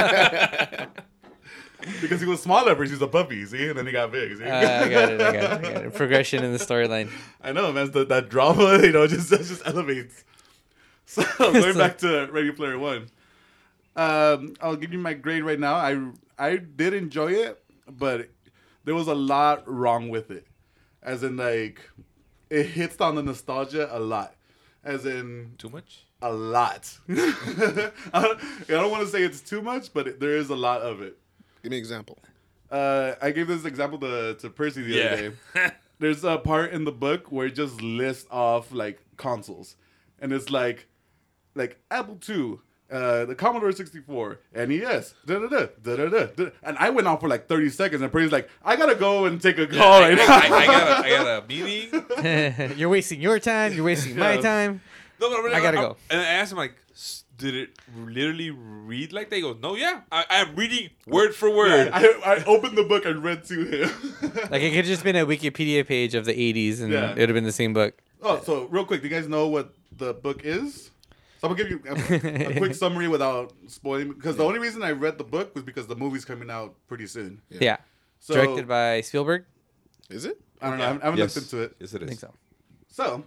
B: because he was smaller first. He was a puppy, see? And then he got big, see?
A: I got it. I got it. I got it. Progression in the storyline.
B: I know, man. That, that drama, you know, just that just elevates. So going back to Ready Player One, um, I'll give you my grade right now. I I did enjoy it, but there was a lot wrong with it. As in, like, it hits on the nostalgia a lot. As in,
D: Too much?
B: a lot. I don't, I don't want to say it's too much, but it, there is a lot of it.
C: Give me an example.
B: Uh, I gave this example to, to Percy the other
D: Yeah.
B: day there's a part in the book where it just lists off like consoles and it's like like apple ii uh, the Commodore 64, NES, da da da da da da, da. and I went on for like 30 seconds, and Brady's like, "I gotta go and take a call
D: I,
B: right now."
D: I, I, got a, I got a meeting. No,
A: you're wasting your time. You're wasting my
B: Yeah.
A: time.
D: but I'm-
A: I gotta
D: I'm-
A: go.
D: And I asked him, like, "S- did it literally read like that? He goes, no, yeah. I, I'm reading word for word.
B: I, I opened the book and read to him.
A: Like it could have just been a Wikipedia page of the 80s, and
B: Yeah.
A: it'd have been the same book.
B: oh, so real quick, do you guys know what the book is? So I'm gonna give you a, a quick summary without spoiling, because the only reason I read the book was because the movie's coming out pretty soon.
A: Yeah.
B: So,
A: Directed by Spielberg.
C: Is it?
B: I don't know, I haven't, I haven't
D: Yes.
B: looked into it.
D: Yes, it
A: I
D: is.
A: think so.
B: So,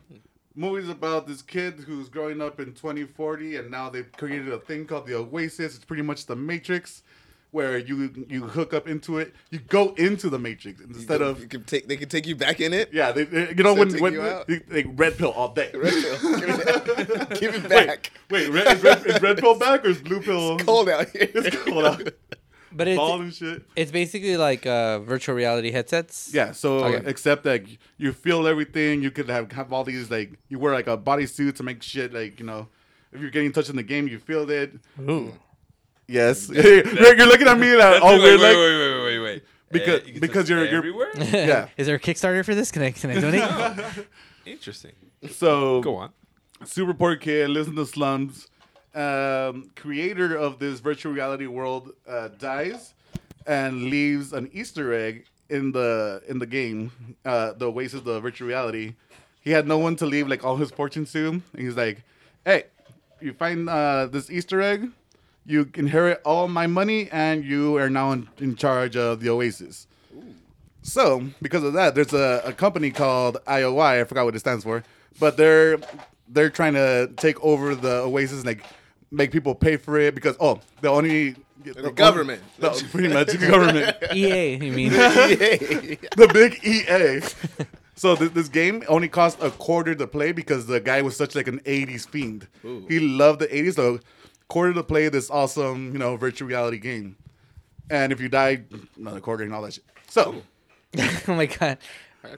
B: movies about this kid who's growing up in 2040, and now they've created a thing called the Oasis. It's pretty much the Matrix, where you you hook up into it. You go into the Matrix instead
C: You
B: of
C: can- you can take, they could take you back in it.
B: yeah. They, they- you know
C: Instead
B: when
C: take
B: when
C: you out.
B: they, they red pill all day.
C: Red pill. Give it back. Give it
B: Wait,
C: back.
B: wait, red, is, red, is red pill back or is blue pill?
C: Cold out here.
B: It's cold out.
A: But it's
B: Bald and shit.
A: it's basically like uh, virtual reality headsets.
B: Yeah, so
A: Okay.
B: except that you feel everything, you could have, have all these like you wear like a bodysuit to make shit like you know, if you're getting touched in the game, you feel it.
A: Ooh.
B: Yes, you're looking at me like
D: That's
B: oh
D: like, wait,
B: we're like
D: wait, wait, wait, wait, wait.
B: Because-
D: Eh, you can
B: because
D: touch
B: you're- you're-
D: everywhere.
B: Yeah.
A: Is there a Kickstarter for this? Can I can I donate?
D: Interesting.
B: so
D: Go on.
B: super poor kid lives in the slums. Um, creator of this virtual reality world uh, dies and leaves an Easter egg in the in the game, uh, the Oasis of Virtual Reality. He had no one to leave like all his fortunes to, and he's like, "Hey, you find uh, this Easter egg, you inherit all my money, and you are now in, in charge of the Oasis." So, because of that, there's a, a company called IOI. I forgot what it stands for, but they're they're trying to take over the Oasis and like make people pay for it because oh, the only the,
C: government.
B: the, pretty much the government,
A: EA, E you mean?
B: the big EA. So th- this game only cost a quarter to play because the guy was such like an '80s fiend. He loved the '80s, so quarter to play this awesome you know virtual reality game. And if you die, another quarter and all that shit. So.
A: oh my god.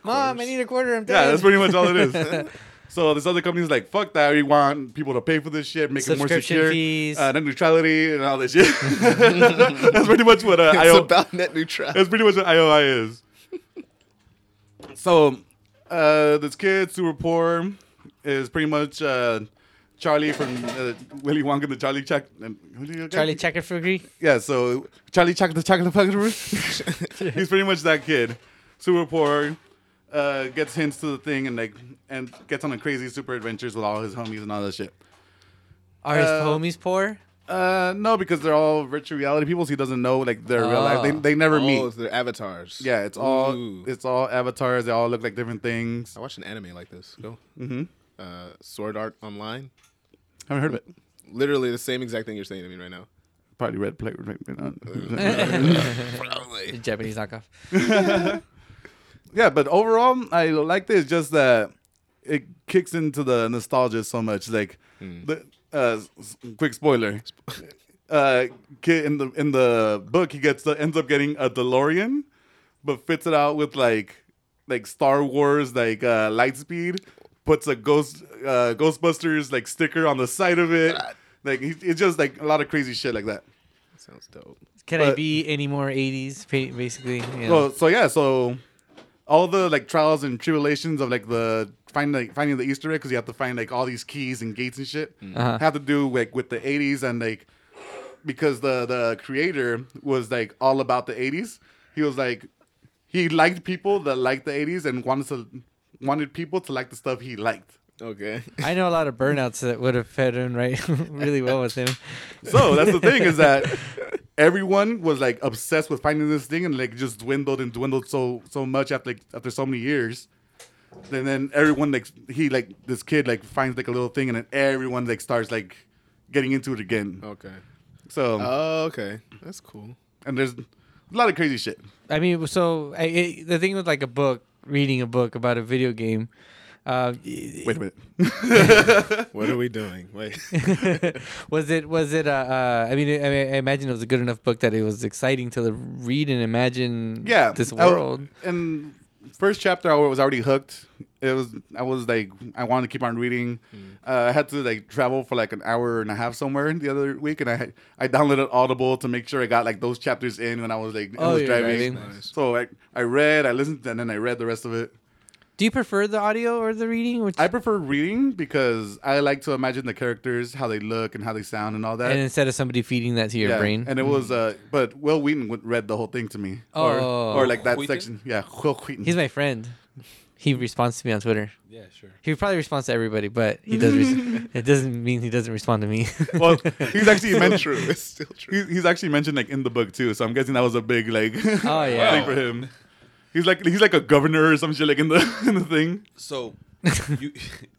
A: Mom, I need a quarter. I'm dead.
B: Yeah, that's pretty much all it is. so this other company's like, fuck that. We want people to pay for this shit, make it more
A: Subscription
B: secure,
A: fees.
B: Uh, net neutrality, and all this shit. that's pretty much what uh,
C: It's
B: IO.
C: about net neutrality.
B: that's pretty much what IOI is. so uh, this kid, super poor, is pretty much uh, Charlie from uh, Willy Wonka and the Charlie Chuck.
A: Charlie Checkerfugery.
B: Yeah, so Charlie Chuck the Chocolate Factory. He's pretty much that kid. Super poor, uh, gets hints to the thing and like and gets on a crazy super adventures with all his homies and all that shit.
A: Are his
B: Uh,
A: homies poor?
B: Uh, no, because they're all virtual reality people, so he doesn't know like their real life. They,
A: Ah.
B: they never
C: Oh,
B: meet.
C: it's their avatars.
B: Yeah, it's all
C: Ooh.
B: it's all avatars. They all look like different things.
C: I watched an anime like this. Go. Mm-hmm. Uh, Sword Art Online.
B: haven't heard of it.
C: Literally the same exact thing you're saying to me right now.
B: Probably Red Plate.
C: Probably.
A: Japanese knockoff.
B: yeah, but overall, I like this just that it kicks into the nostalgia so much. Like, the, uh, s- quick spoiler: uh, kid in the in the book, he gets the, ends up getting a DeLorean, but fits it out with like like Star Wars like uh, Lightspeed, puts a ghost uh, Ghostbusters like sticker on the side of it. Like he, it's just like a lot of crazy shit like that.
C: Sounds dope.
A: Can I
B: But-
A: be any more 80s, pa- basically? Yeah.
B: So so yeah, so all the like trials and tribulations of like the find like, finding the Easter egg because you have to find like all these keys and gates and shit
A: Uh-huh.
B: have to do like with the '80s and like because the the creator was like all about the '80s. He was like he liked people that liked the '80s and wanted to wanted people to like the stuff he liked.
C: Okay.
A: I know a lot of burnouts that would have fed in right really well with him.
B: So that's the thing is that everyone was like obsessed with finding this thing and like just dwindled and dwindled so so much after like, after so many years. And then everyone like he like this kid like finds like a little thing and then everyone like starts like getting into it again.
C: Okay.
B: So
C: Oh, okay. That's cool.
B: and there's a lot of crazy shit.
A: I mean, so I, it, the thing with like a book, reading a book about a video game, uh,
B: Wait a minute.
C: What are we doing? Wait.
A: was it was it uh, uh, I mean, I mean, I imagine it was a good enough book that it was exciting to read and imagine.
B: Yeah,
A: this
B: I-
A: world.
B: and first chapter, I was already hooked. It was I was like I wanted to keep on reading.
A: Mm.
B: Uh, I had to like travel for like an hour and a half somewhere the other week, and I had- I downloaded Audible to make sure I got like those chapters in when I was like I
A: Oh,
B: was
A: you're
B: driving.
A: driving.
C: Nice.
B: So I I read, I listened, and then I read the rest of it.
A: Do you prefer the audio or the reading? Which
B: I prefer reading because I like to imagine the characters, how they look, and how they sound, and all that.
A: and instead of somebody feeding that to your
B: Yeah,
A: brain, Mm-hmm.
B: And it was, uh, but Will Wheaton would- read the whole thing to me. Or-
A: Oh.
B: or, like that
D: Wheaton?
B: section. Yeah, Will Wheaton.
A: he's my friend. He responds to me on Twitter.
D: Yeah, sure.
A: He probably responds to everybody, but he does. Res- it doesn't mean he doesn't respond to me.
B: well, he's actually
C: Still
B: meant
C: true. It's still true.
B: He's, he's actually mentioned like in the book too, so I'm guessing that was a big like
A: Oh, yeah.
B: thing for him. He's like he's like a governor or some shit like in the in the thing.
D: So you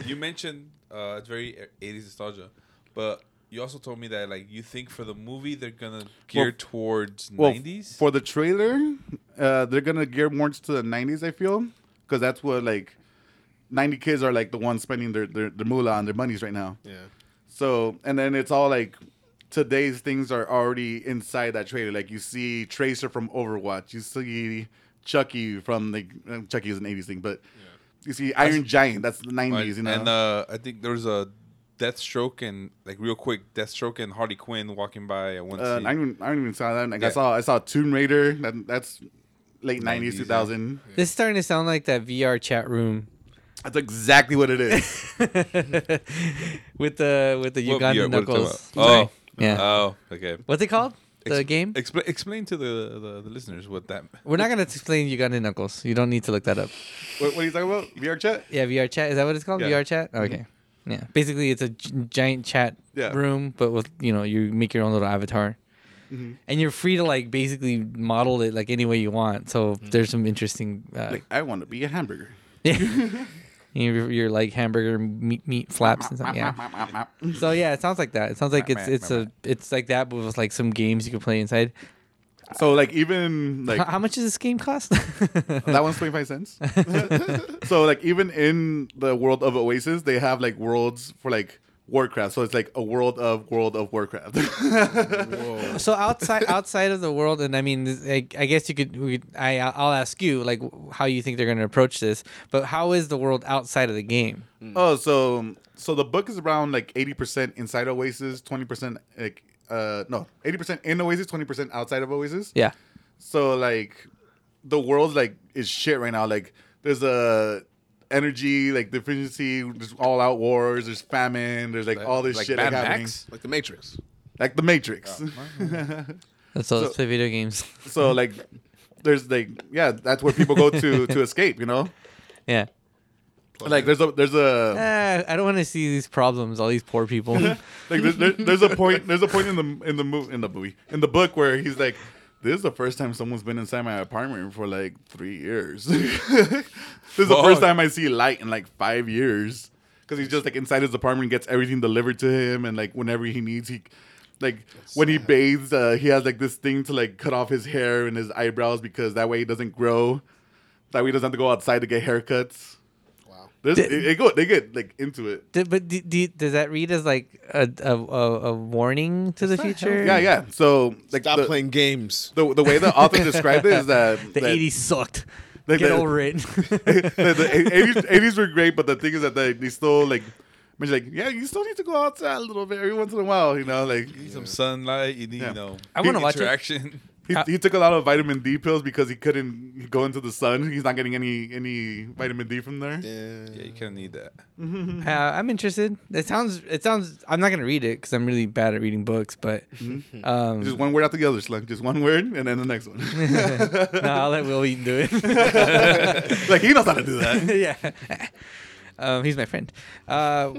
D: you mentioned uh, it's very 80s nostalgia, e, but you You also told me that like you think for the movie they're gonna gear towards
B: Well,
D: nineties.
B: for the trailer, uh, they're gonna gear more to the '90s. I feel because that's what like '90 kids are like the ones spending their their, their moolah on their monies right now.
C: Yeah.
B: So and then it's all like today's things are already inside that trailer. Like you see Tracer from Overwatch, you see Chucky from the uh, Chucky is an '80s thing, but you see Iron Giant. That's the '90s. you know.
D: And uh, I think there was a Deathstroke and like real quick Deathstroke and Harley Quinn walking by at one
B: Uh, I
D: scene.
B: don't, I don't even saw that. Like I
D: Yeah.
B: saw, I saw Tomb Raider. That, that's late nineties,
D: 90s,
B: two thousand.
A: This is starting to sound like that VR chat room
B: That's exactly what it is.
A: with the with the
D: What
A: Ugandan
D: year- what it's
A: knuckles.
D: about? Oh,
A: Yeah.
D: Oh, okay.
A: What's it called? The
D: Ex-
A: game?
D: Expl- explain to the, the, the listeners what that.
A: We're not gonna explain Ugandan knuckles. You don't need to look that up.
B: what, what are you talking about? VR chat?
A: Yeah, VR chat. Is that what it's called?
D: Yeah.
A: VR chat. Okay. Yeah. Basically, it's a gi- giant chat
B: Yeah.
A: room, but with you know you make your own little avatar,
B: Mm-hmm.
A: and you're free to like basically model it like any way you want. So there's some interesting. Uh,
B: Mm-hmm. Like I want to be a hamburger.
A: your, your like hamburger meat meat flaps and stuff. Yeah. So yeah, it sounds like that. It sounds like it's it's a it's like that, but with like some games you can play inside.
B: So like even like
A: How, how much does this game cost?
B: that one's twenty five cents. so like even in the world of Oasis, they have like worlds for like Warcraft. So it's like a world of World of Warcraft.
D: Mm.
A: so outside outside of the world, and I mean, this- I, I guess you could. We, I I'll ask you like w- how you think they're going to approach this, but how is the world outside of the game?
B: oh, so so the book is around like eighty percent inside Oasis, twenty percent like uh no eighty percent in Oasis, twenty percent outside of Oasis.
A: Yeah,
B: So like the world like is shit right now. Like there's a energy like deficiency, there's all out wars, there's famine, there's like all this
D: uh, like
B: shit
D: Mad
B: like, happening.
D: Max?
C: Like the Matrix.
B: Like the Matrix.
A: that's all. let's play video games.
B: so like there's like yeah, that's where people go to to escape, you know?
A: yeah.
B: Like there's a there's a
A: Ah, I don't want to see these problems. All these poor people.
B: like there's, there- there's a point there's a point in the in the movie in the movie in the book where he's like this is the first time someone's been inside my apartment for like three years. this is the
D: Fuck.
B: first time I see light in like five years because he's just like inside his apartment, and gets everything delivered to him, and like whenever he needs, he like when he bathes, uh, he has like this thing to like cut off his hair and his eyebrows because that way he doesn't grow. That way he doesn't have to go outside to get haircuts.
C: Wow.
B: There's, it, it go, they get like into it.
A: Do- but do, do, does that read as like a a, a, a warning to the future?
B: Yeah, yeah. So like
C: Stop
B: the-
C: playing games.
B: the, the way the author described it is that
A: The
B: that-
A: eighties sucked.
B: Like
A: Get
B: the-
A: over it.
B: the, the 80s, 80s were great, but the thing is that they, they still like, I mean, like, yeah, you still need to go outside a little bit every once in a while, you know. Like,
D: You need some sunlight. You need
B: Yeah.
D: you know.
A: I wanna watch it.
D: interaction.
B: he,
A: Uh,
B: he took a lot of vitamin D pills because he couldn't go into the sun. He's not getting any any vitamin D from there.
C: Yeah.
D: Yeah, you kind of need that.
A: Uh, I'm interested. It sounds. It sounds. I'm not gonna read it because I'm really bad at reading books. But um,
B: Mm-hmm. Just one word after the other, slug. Just one word, and then the next one.
A: no, I'll let Will Wheaton do it.
B: like he knows how to do that.
A: yeah. Um, he's my friend. Uh,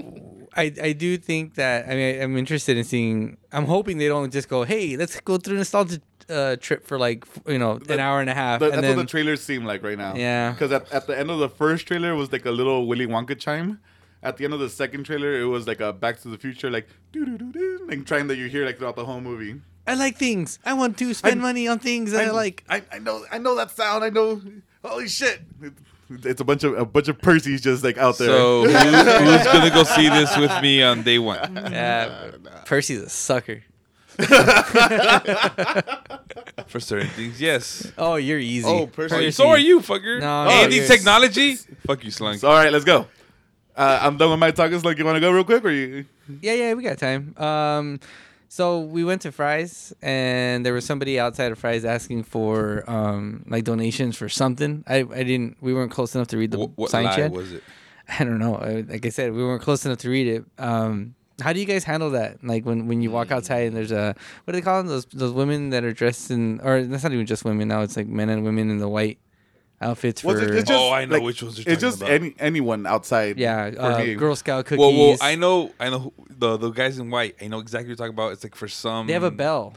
A: I, I do think that I mean I'm interested in seeing. I'm hoping they don't just go, hey, let's go through a nostalgia uh, trip for like f- you know an hour and a half,
B: But
A: and
B: that's
A: then
B: what the trailers seem like right now.
A: Yeah.
B: Because at, at the end of the first trailer was like a little Willy Wonka chime. At the end of the second trailer, it was like a Back to the Future, like doo doo doo doo, like trying that you hear like throughout the whole movie.
A: I like things. I want to spend
B: I'm-
A: money on things that I like.
B: I, I know I know that sound. I know. Holy shit! It- It's a bunch of a bunch of Percy's just like out there.
D: So who's, who's gonna go see this with me on day one?
A: Yeah, Percy's a sucker.
D: For certain things, yes.
A: Oh, you're easy.
C: Oh, Percy.
D: Hey, So are you, fucker?
A: No, no,
D: Andy
A: you're-
D: Technology. Fuck you, slunk.
B: So, all right, let's go. Uh, I'm done with my talking. Like, you want to go real quick, or you?
A: Yeah, yeah, we got time. Um, so we went to Fry's, and there was somebody outside of Fry's asking for um like donations for something. I, I didn't. We weren't close enough to read the
D: What, what
A: sign
D: lie
A: yet.
D: was it?
A: I don't know. I, like I said, we weren't close enough to read it. Um, how do you guys handle that? Like when, when you
D: Mm.
A: walk outside and there's a what do they call them? Those those women that are dressed in or that's not even just women now. It's like men and women in the white outfits for
B: Well, it's- it's
D: Oh, I know
B: like,
D: which ones you're
B: It's
D: talking
B: just
D: about.
B: any anyone outside.
A: yeah,
B: for
A: uh,
B: me.
A: Girl Scout cookies.
D: Well, well, I know, I know who, the the guys in white. I know exactly what you're talking about. It's like for some.
A: They have a bell,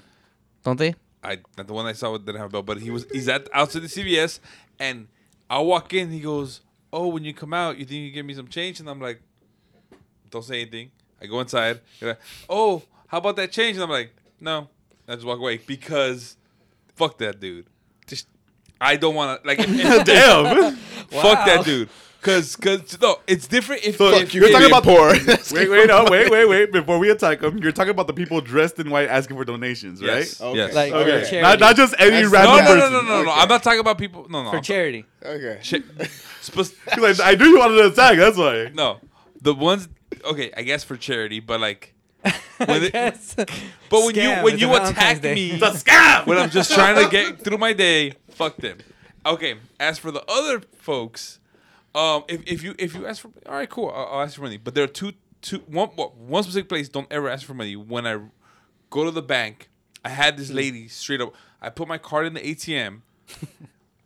A: don't they?
D: I not the one I saw didn't have a bell, but he was he's at outside the CVS, and I walk in. He goes, "Oh, when you come out, you think you give me some change?" And I'm like, "Don't say anything." I go inside. and I, oh, how about that change? And I'm like, no, I just walk away because fuck that dude. Just I don't want to like. if-
B: Damn.
D: Fuck that dude. Cause, cause no, it's different if,
B: So
D: if
B: you're talking about
C: poor.
B: wait, wait, no, wait, wait, wait. Before we attack them, you're talking about the people dressed in white asking for donations, right?
D: Yes.
C: Okay.
D: yes.
A: Like,
B: Okay.
A: For charity.
B: Not, not just any
C: That's-
D: no,
B: random
D: no, no,
B: person.
D: no, no, no.
C: Okay.
D: I'm not talking about people. No, no.
A: for
D: I'm
A: charity.
C: okay.
D: Shit. Spec-
B: He's like, I knew you wanted to attack. That's why.
D: no, the ones. Okay, I guess for charity, but like, when it-
A: Yes.
D: but when
A: Scam.
D: you when
A: It's
D: you
A: a Valentine's
D: attack
A: Day.
D: me,
B: It's a scam.
D: when I'm just trying to get through my day, fuck them. Okay. As for the other folks, um, if, if you if you ask for, all right, cool, I'll, I'll ask for money. But there are two two one one specific place. Don't ever ask for money. When I go to the bank, I had
A: Mm.
D: this lady straight up. I put my card in the ATM.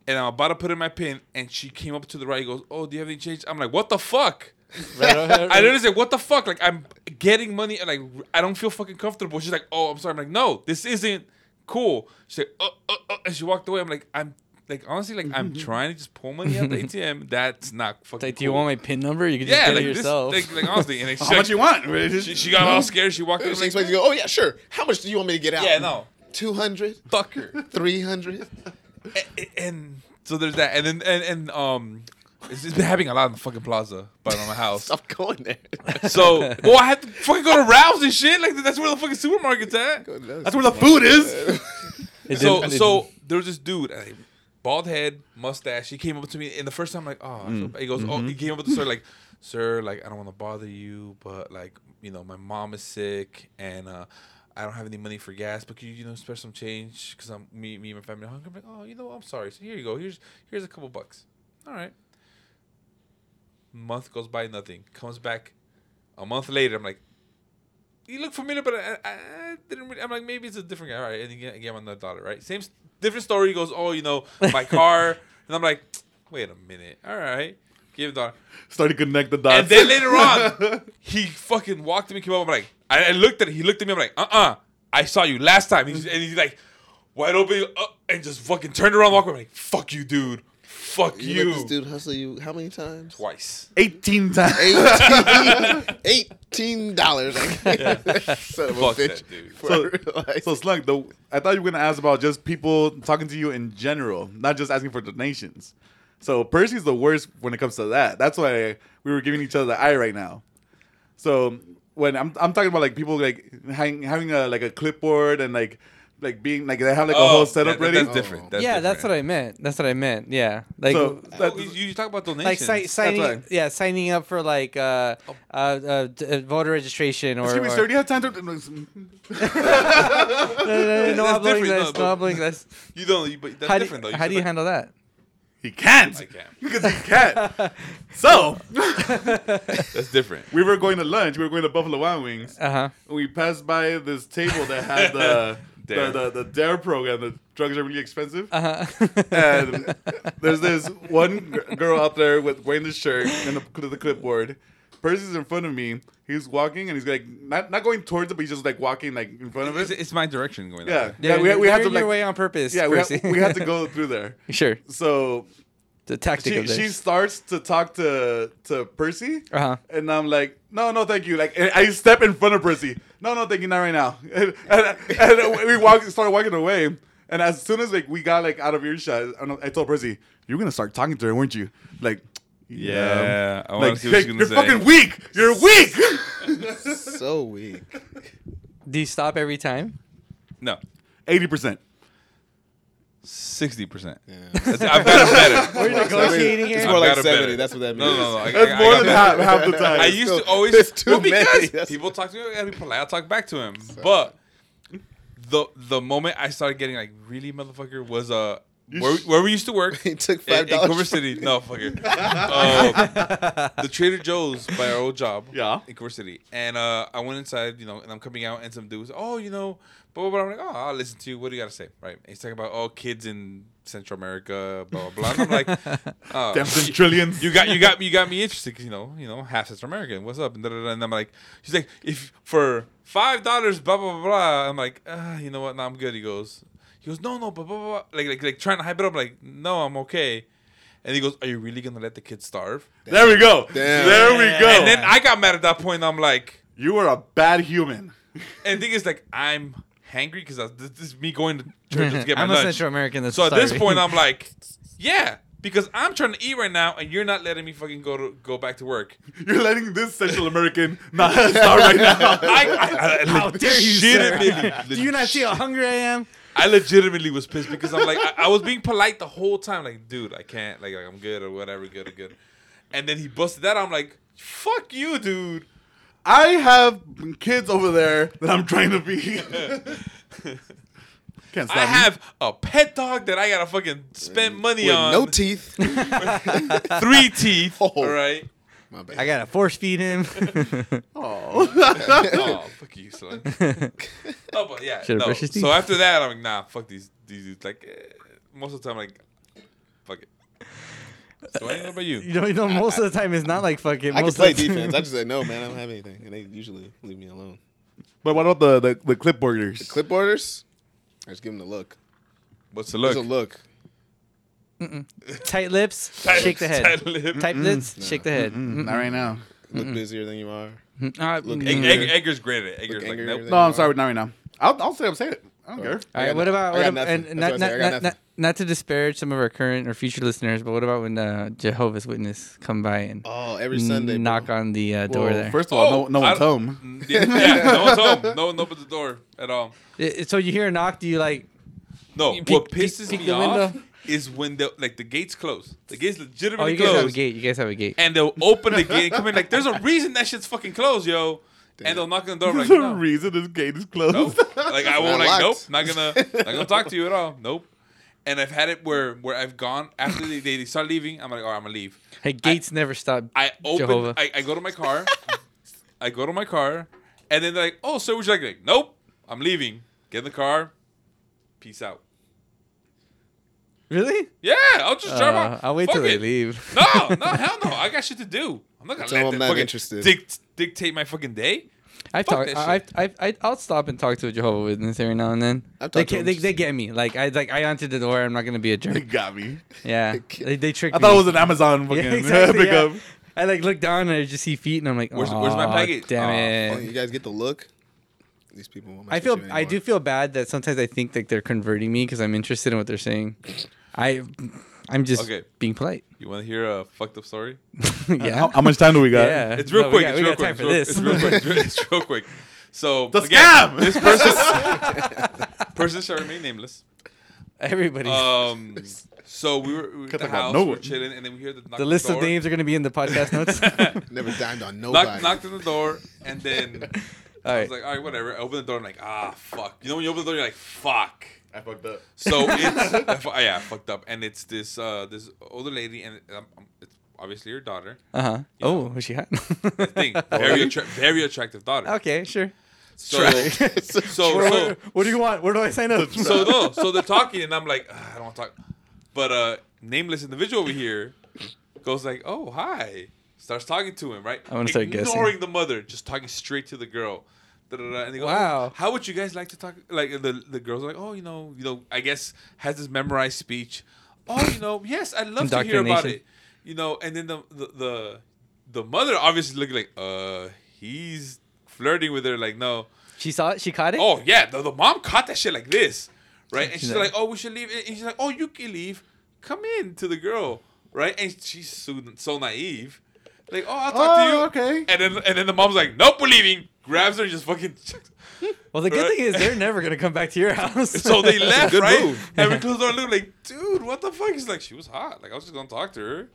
D: And I'm about to put in my pin, and she came up to the right. and Goes, "Oh, do you have any change?" I'm like, "What the fuck?" I literally said, "What the fuck?" Like I'm getting money, and like I don't feel fucking comfortable. She's like, "Oh, I'm sorry." I'm like, "No, this isn't cool." She's like, "Uh, uh, uh," and she walked away. I'm like, "I'm like honestly, like I'm trying to just pull money out the ATM. That's not fucking."
A: Like, do you
D: cool."
A: want my pin number? You can just
D: Yeah,
A: get
D: like
A: it
D: this.
A: yourself.
D: Like, like honestly, and like, she,
B: How much you want?
D: she, she got all scared. She walked away.
C: She
D: Like,
C: expects you to go, oh, yeah, sure. How much do you want me to get out?
D: yeah, no,
C: 200?
D: fuck her.
C: 300?
D: and, and so there's that, and then and and um, it's, it's been happening a lot in the fucking plaza by my house.
C: Stop going there.
D: So, well, I had to fucking go to Ralph's and shit. Like that's where the fucking supermarket's at.
B: That's where the food is.
A: It
D: so
A: didn't- it
D: so there was this dude, uh, bald head, mustache. He came up to me, and the first time, like, oh, I feel bad. he goes, oh, he came up to the store, like, sir, like, I don't want to bother you, but like, you know, my mom is sick, and uh, I don't have any money for gas, but could you, you know, spare some change? Because I'm me, me and my family are hungry. I'm like, oh, you know, I'm sorry. So here you go. Here's here's a couple bucks. All right. Month goes by, nothing. Comes back, a month later, I'm like, you look familiar, but I, I, I didn't really. I'm like, maybe it's a different guy. All right, and he gave him another dollar, right? Same, s- different story. He goes, oh, you know, my car. and I'm like, wait a minute. All right.
A: Uh,
D: Give him a dollar.
B: Started to connect the dots.
D: And then later on, he fucking walked to me, came up, I'm like, I, I looked at it. He looked at me, I'm like, uh uh I saw you last time. He's, and he's like, wide open, uh, and just fucking turned around, walked away. I'm like, fuck you, dude. Fuck
C: You
D: you.
C: let this dude hustle you how many times?
D: Twice.
B: 18 times.
C: Eighteen dollars. Son of a
D: Fuck
C: bitch.
D: that dude.
C: For
B: So-
C: real, like-
B: So Slug, the I thought you were gonna ask about just people talking to you in general, not just asking for donations. So Percy's the worst when it comes to that. That's why we were giving each other the eye right now. So when I'm I'm talking about like people like hang, having a like a clipboard and like like being like they have like a whole setup
D: Oh, that-
B: ready.
D: That's different. That's
A: yeah,
D: different.
A: that's what I meant. That's what I meant. Yeah, like
B: So
D: Oh,
B: that-
D: you, you talk about donations.
A: like si- signing.
B: right.
A: Yeah, signing up for like uh,
D: Oh.
A: uh, uh, d- uh, voter registration or,
B: excuse me,
A: or-
B: sir, do you have time to?
A: no, no, no, no,
D: That's
A: uploading list,
D: different, no,
A: no
D: but-
A: uploading list.
D: You don't. You, but that's
A: How do
D: different
A: you,
D: though.
A: how do you
D: should, like-
A: handle that?
B: He can't.
D: I can't.
B: Because he can't. so
D: That's different.
B: we were going to lunch. We were going to Buffalo Wild Wings.
A: Uh huh.
B: we passed by this table that had the
D: Dare.
B: the, the, the Dare program. The drugs are really expensive.
A: Uh
D: Um,
B: And there's this one g- girl out there with wearing this shirt and the, the clipboard. Percy's in front of me. He's walking and he's like not not going towards it, but he's just like walking like in front of
D: It's,
B: it.
D: it's my direction going.
B: Yeah,
D: That way.
B: yeah. We, had- we had to
A: your
B: like
A: way on purpose.
B: yeah we had,
A: Percy.
B: we had to go through there.
A: sure.
B: So
A: The tactic
B: she
A: of this.
B: she starts to talk to to Percy,
A: Uh-huh.
B: and I'm like, no, no, thank you. Like, and I step in front of Percy. No, no, thank you, not right now. And, and, and we walk, start walking away. And as soon as like we got like out of earshot, I don't- I told Percy, "You're gonna start talking to her, weren't you?" Like,
D: Yeah, I wanna
B: like,
D: see what
B: like,
D: she's gonna
B: you're
D: say."
B: fucking weak. You're weak.
C: so weak.
A: do you stop every time?
D: No,
B: Eighty percent.
D: sixty percent. I've gotten better.
A: Negotiating
C: It's
A: here?
C: more
D: I've
C: like
D: gotten better.
C: seventy. That's what that means.
D: No, no, no. I,
B: That's
D: I,
B: more
D: I got
B: than
D: better.
B: half, half the time.
D: I used to
C: Still-
D: always
C: there's too
D: well, because
C: many. That's-
D: people talk to me. I gotta be polite. I talk back to him. But the the moment I started getting like really motherfucker was uh where, where we used to work.
C: He took
D: in- in
C: $5
D: Culver City. No fucker. Uh, the Trader Joe's by our old job.
B: Yeah.
D: in Culver City. And uh, I went inside, you know, and I'm coming out, and some dudes, oh, you know, blah, blah, blah. I'm like, oh, I'll listen to you. What do you got to say? Right. And he's talking about, oh, kids in Central America, blah, blah, blah. And I'm like, oh,
B: Damn thing, trillions.
D: you got you got you got me interested 'cause, you know you know half Central American what's up and, da, da, da, and I'm like she's like if for five dollars blah blah blah blah I'm like ah you know what no I'm good he goes he goes no no blah blah blah like like, like trying to hype it up like no I'm okay and he goes are you really gonna let the kids starve
B: there we go.
C: Damn.
B: There we go.
A: Oh,
D: and then I got mad at that point I'm like
B: you were a bad human.
D: And the thing is, like, I'm hangry because this, this is me going to church to get my
A: I'm a
D: lunch.
A: Central American. That's
D: So at this
A: sorry.
D: point, I'm like, yeah, because I'm trying to eat right now, and you're not letting me fucking go to go back to work.
B: You're letting this Central American not start right now.
D: I, I, I
A: How dare you, sir.
D: legitimately-
A: Do you not see how hungry I am?
D: I legitimately was pissed because I'm like, I, I was being polite the whole time, like, dude, I can't, like, I'm good or whatever, good or good. And then he busted that. I'm like, fuck you, dude.
B: I have kids over there that I'm trying to feed. Can't stop
D: I
B: me.
D: have a pet dog that I gotta fucking spend money
C: With
D: on.
C: no teeth.
D: three teeth.
C: Oh.
D: All right.
C: My bad.
A: I gotta force feed him.
B: Aw.
D: oh, fuck you, son. oh, but yeah.
A: Should've
D: no.
A: brushed his teeth.
D: So after that, I'm like, nah, fuck these these dudes. Like, eh, most of the time, like, fuck it. So I don't know about you.
A: you know, you know, most of the time it's not like fucking.
C: I can
A: most
C: play
A: of the time-
C: defense. I just said no, man. I don't have anything, and they usually leave me alone.
B: but what about the the, the clipboarders?
C: Clipboarders, I just give them the look.
D: What's the
C: There's
D: look?
C: a look.
A: Tight lips, shake the head.
D: Tight lip.
A: Tight lips,
C: Mm-hmm.
A: shake the head.
B: Mm, not right now.
C: Look busier than you are.
A: Mm, all right,
C: Look,
A: mm.
D: Eg-
C: Egg-
D: Eg- Egger's great at it. Egger's like,
C: angry,
D: nope.
C: everything.
B: No, I'm sorry. Not right now. I'll, I'll say I'm saying it. I don't care.
A: All
C: I
A: right,
C: got
A: what
C: no-
A: about
C: I
A: what
C: got
A: ab-
C: nothing.
A: and
C: That's
A: not,
C: what I said.
A: not,
C: I got
A: not, not,
C: nothing.
A: not to disparage some of our current or future listeners, but what about when uh, Jehovah's Witness come by and
C: Oh, every Sunday.
A: knock on the uh, door
B: Well,
A: there?
B: First of all,
D: Oh,
B: no, no
D: I
B: one's
D: don't-
B: home.
D: Yeah, yeah, no one's home. No one opens the door at all.
A: I- so you hear a knock, do you like?
D: No,
A: You
D: what
A: peek- peek-
D: pisses
A: peek
D: me
A: the
D: off
A: window.
D: is when the like the gates close. The gates
A: Oh,
D: legitimately
A: you guys
D: close.
A: have a gate. You guys have a gate.
D: And they'll open the gate and come in like, there's a reason that shit's fucking closed, yo. And they'll knock on the door I'm
B: There's
D: like,
B: a
D: no.
B: reason this gate is
D: Mm, Nope.
B: closed.
D: Like I won't
C: Not
D: like nope,
C: locked.
D: not gonna not gonna talk to you at all. Nope. And I've had it where where I've gone after they, they start leaving, I'm like, all right, I'm gonna leave.
A: hey, gates never stop.
D: I open
A: Jehovah.
D: I, I go to my car. I go to my car and then they're like, Oh, sir, would you like it? Like, Nope, I'm leaving. Get in the car. Peace out.
A: really?
D: Yeah, I'll just drive
A: Uh,
D: off.
A: I'll wait
D: Fuck
A: till they
D: it.
A: leave.
D: No, no, hell no. I got shit to do. I'm not gonna
C: Tell
D: let
C: them
D: them
C: I'm not
D: fucking
C: interested.
D: dict- dictate my fucking day.
A: I've
D: Fuck
A: talked.
D: that
A: I've, I've, I've, I'll stop and talk to a Jehovah's Witness every now and then.
C: I've
A: They,
C: talked to
A: ca-
C: him
A: they,
C: just-
A: they get me. Like I like I answered the door. I'm not gonna be a
B: They
A: jerk.
B: got me.
A: Yeah,
C: ca-
A: they, they tricked
B: I
A: me.
B: thought it was an Amazon fucking
A: yeah, exactly, yeah.
B: pickup.
A: I like look down and I just see feet and I'm like,
D: Where's- where's my
A: "Aw,
D: package?"
A: Damn
D: Aw,
A: it!
C: Oh, you guys get the look. These people. Won't mess
A: I
C: with
A: feel
C: you
A: I do
C: anymore.
A: feel bad that sometimes I think that they're converting me because I'm interested in what they're saying. I I'm just
D: Okay. Uh,
A: being polite.
D: You wanna hear a fucked up story?
A: yeah.
B: How, how much time do we got?
A: yeah.
D: It's real
A: No, we
D: quick.
A: got-
D: it's
A: we
D: real
A: got
D: quick.
A: time
D: It's
A: for
D: real,
A: this.
D: it's real quick. It's real- It's real quick. So
B: The
D: again,
B: scam!
D: This person, person shall remain nameless.
A: Everybody.
D: Um, so we were, we were at the
B: Cut that out.
D: house,
B: No
D: we were
B: one.
D: chilling, and then we hear the knock
A: the
D: on
A: list
D: door.
A: of names are going to be in the podcast notes. All
C: Never dined on nobody.
D: Knock, knocked on the door, and then I was
A: right.
D: like, all right, whatever. I open the door, I'm like, ah, fuck. You know when you open the door, you're like, fuck.
B: I fucked up.
D: So it's I fu- yeah, I fucked up, and it's this uh this older lady, and um, um, it's obviously her daughter.
A: Uh huh. Oh, was she hot?
D: Thing, very attra- very attractive daughter.
A: okay, sure.
D: So, so, so, Oh, so
A: What do you want? Where do I sign up?
D: so no, so they're talking, and I'm like, "Ah, I don't want to talk. But uh, nameless individual over here goes like, "Oh, hi," starts talking to him, right?
A: I wanna start guessing.
D: ignoring the mother, just talking straight to the girl. Da-da-da. And they go,
A: Wow.
D: wow. How would you guys like to talk? Like the the girls are like, oh, you know, you know, I guess has this memorized speech. Oh, you know, yes, I'd love to hear about
A: Indoctrination.
D: it. You know, and then the the the, the mother obviously looking like, uh, he's flirting with her. Like, no,
A: she saw it. She caught it.
D: Oh yeah, the, the mom caught that shit like this, right? And
A: She's
D: she's
A: like-
D: like, "Oh, we should leave." And she's like, "Oh, you can leave. Come in to the girl, right?" And she's so, so naive, like, "Oh, I'll talk to you."
B: Oh, okay.
D: And then and then the mom's like, "Nope, we're leaving." Grabs her and just fucking.
A: Well, the good thing is they're never going to come back to your house.
D: So they left,
C: good
D: right?
C: move.
D: And we closed our door. Like, dude, what the fuck? He's like, she was hot. Like, I was just gonna talk to her.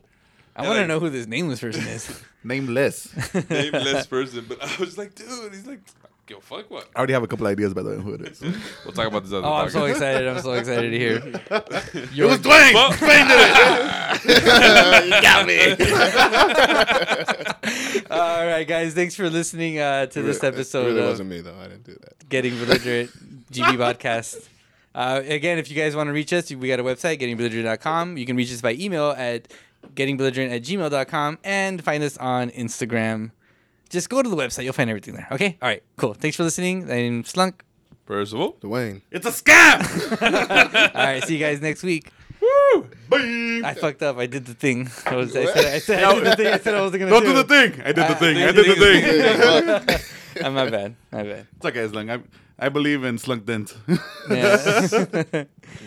A: I want to
D: like-
A: know who this nameless person is.
B: Nameless. I
D: Nameless person, but I was like, dude. He's like, "Yo, fuck what?"
B: already have a couple ideas by the way who it is.
D: We'll talk about this other.
A: Oh, I'm
D: podcast.
A: so excited! I'm so excited to hear.
B: it was Dwayne.
D: Well-
B: Dwayne did it.
C: you got me.
A: All right, guys, thanks for listening uh, to this episode
C: It really
A: of
C: wasn't me though. I didn't do that.
A: Getting Belligerent GB Podcast. Uh, again, if you guys want to reach us, we got a website, gettingbelligerent.com. You can reach us by email at gettingbelligerent at gmail.com and find us on Instagram. Just go to the website. You'll find everything there. Okay? All right, cool. Thanks for listening. I'm Slunk.
D: Percival.
C: Dwayne.
B: It's a scam.
A: All right, see you guys next week.
D: Woo!
B: Bye.
A: I fucked up. I did the thing. I, was, I, said, I, said, I did the thing. I said I wasn't gonna
B: Don't
A: do
B: Ah, do the thing. I did the
A: I-
B: thing. I did the thing.
A: thing. Uh, my bad. My bad.
B: It's okay, Slunk. I I believe in Slunk Dent.
A: Yeah.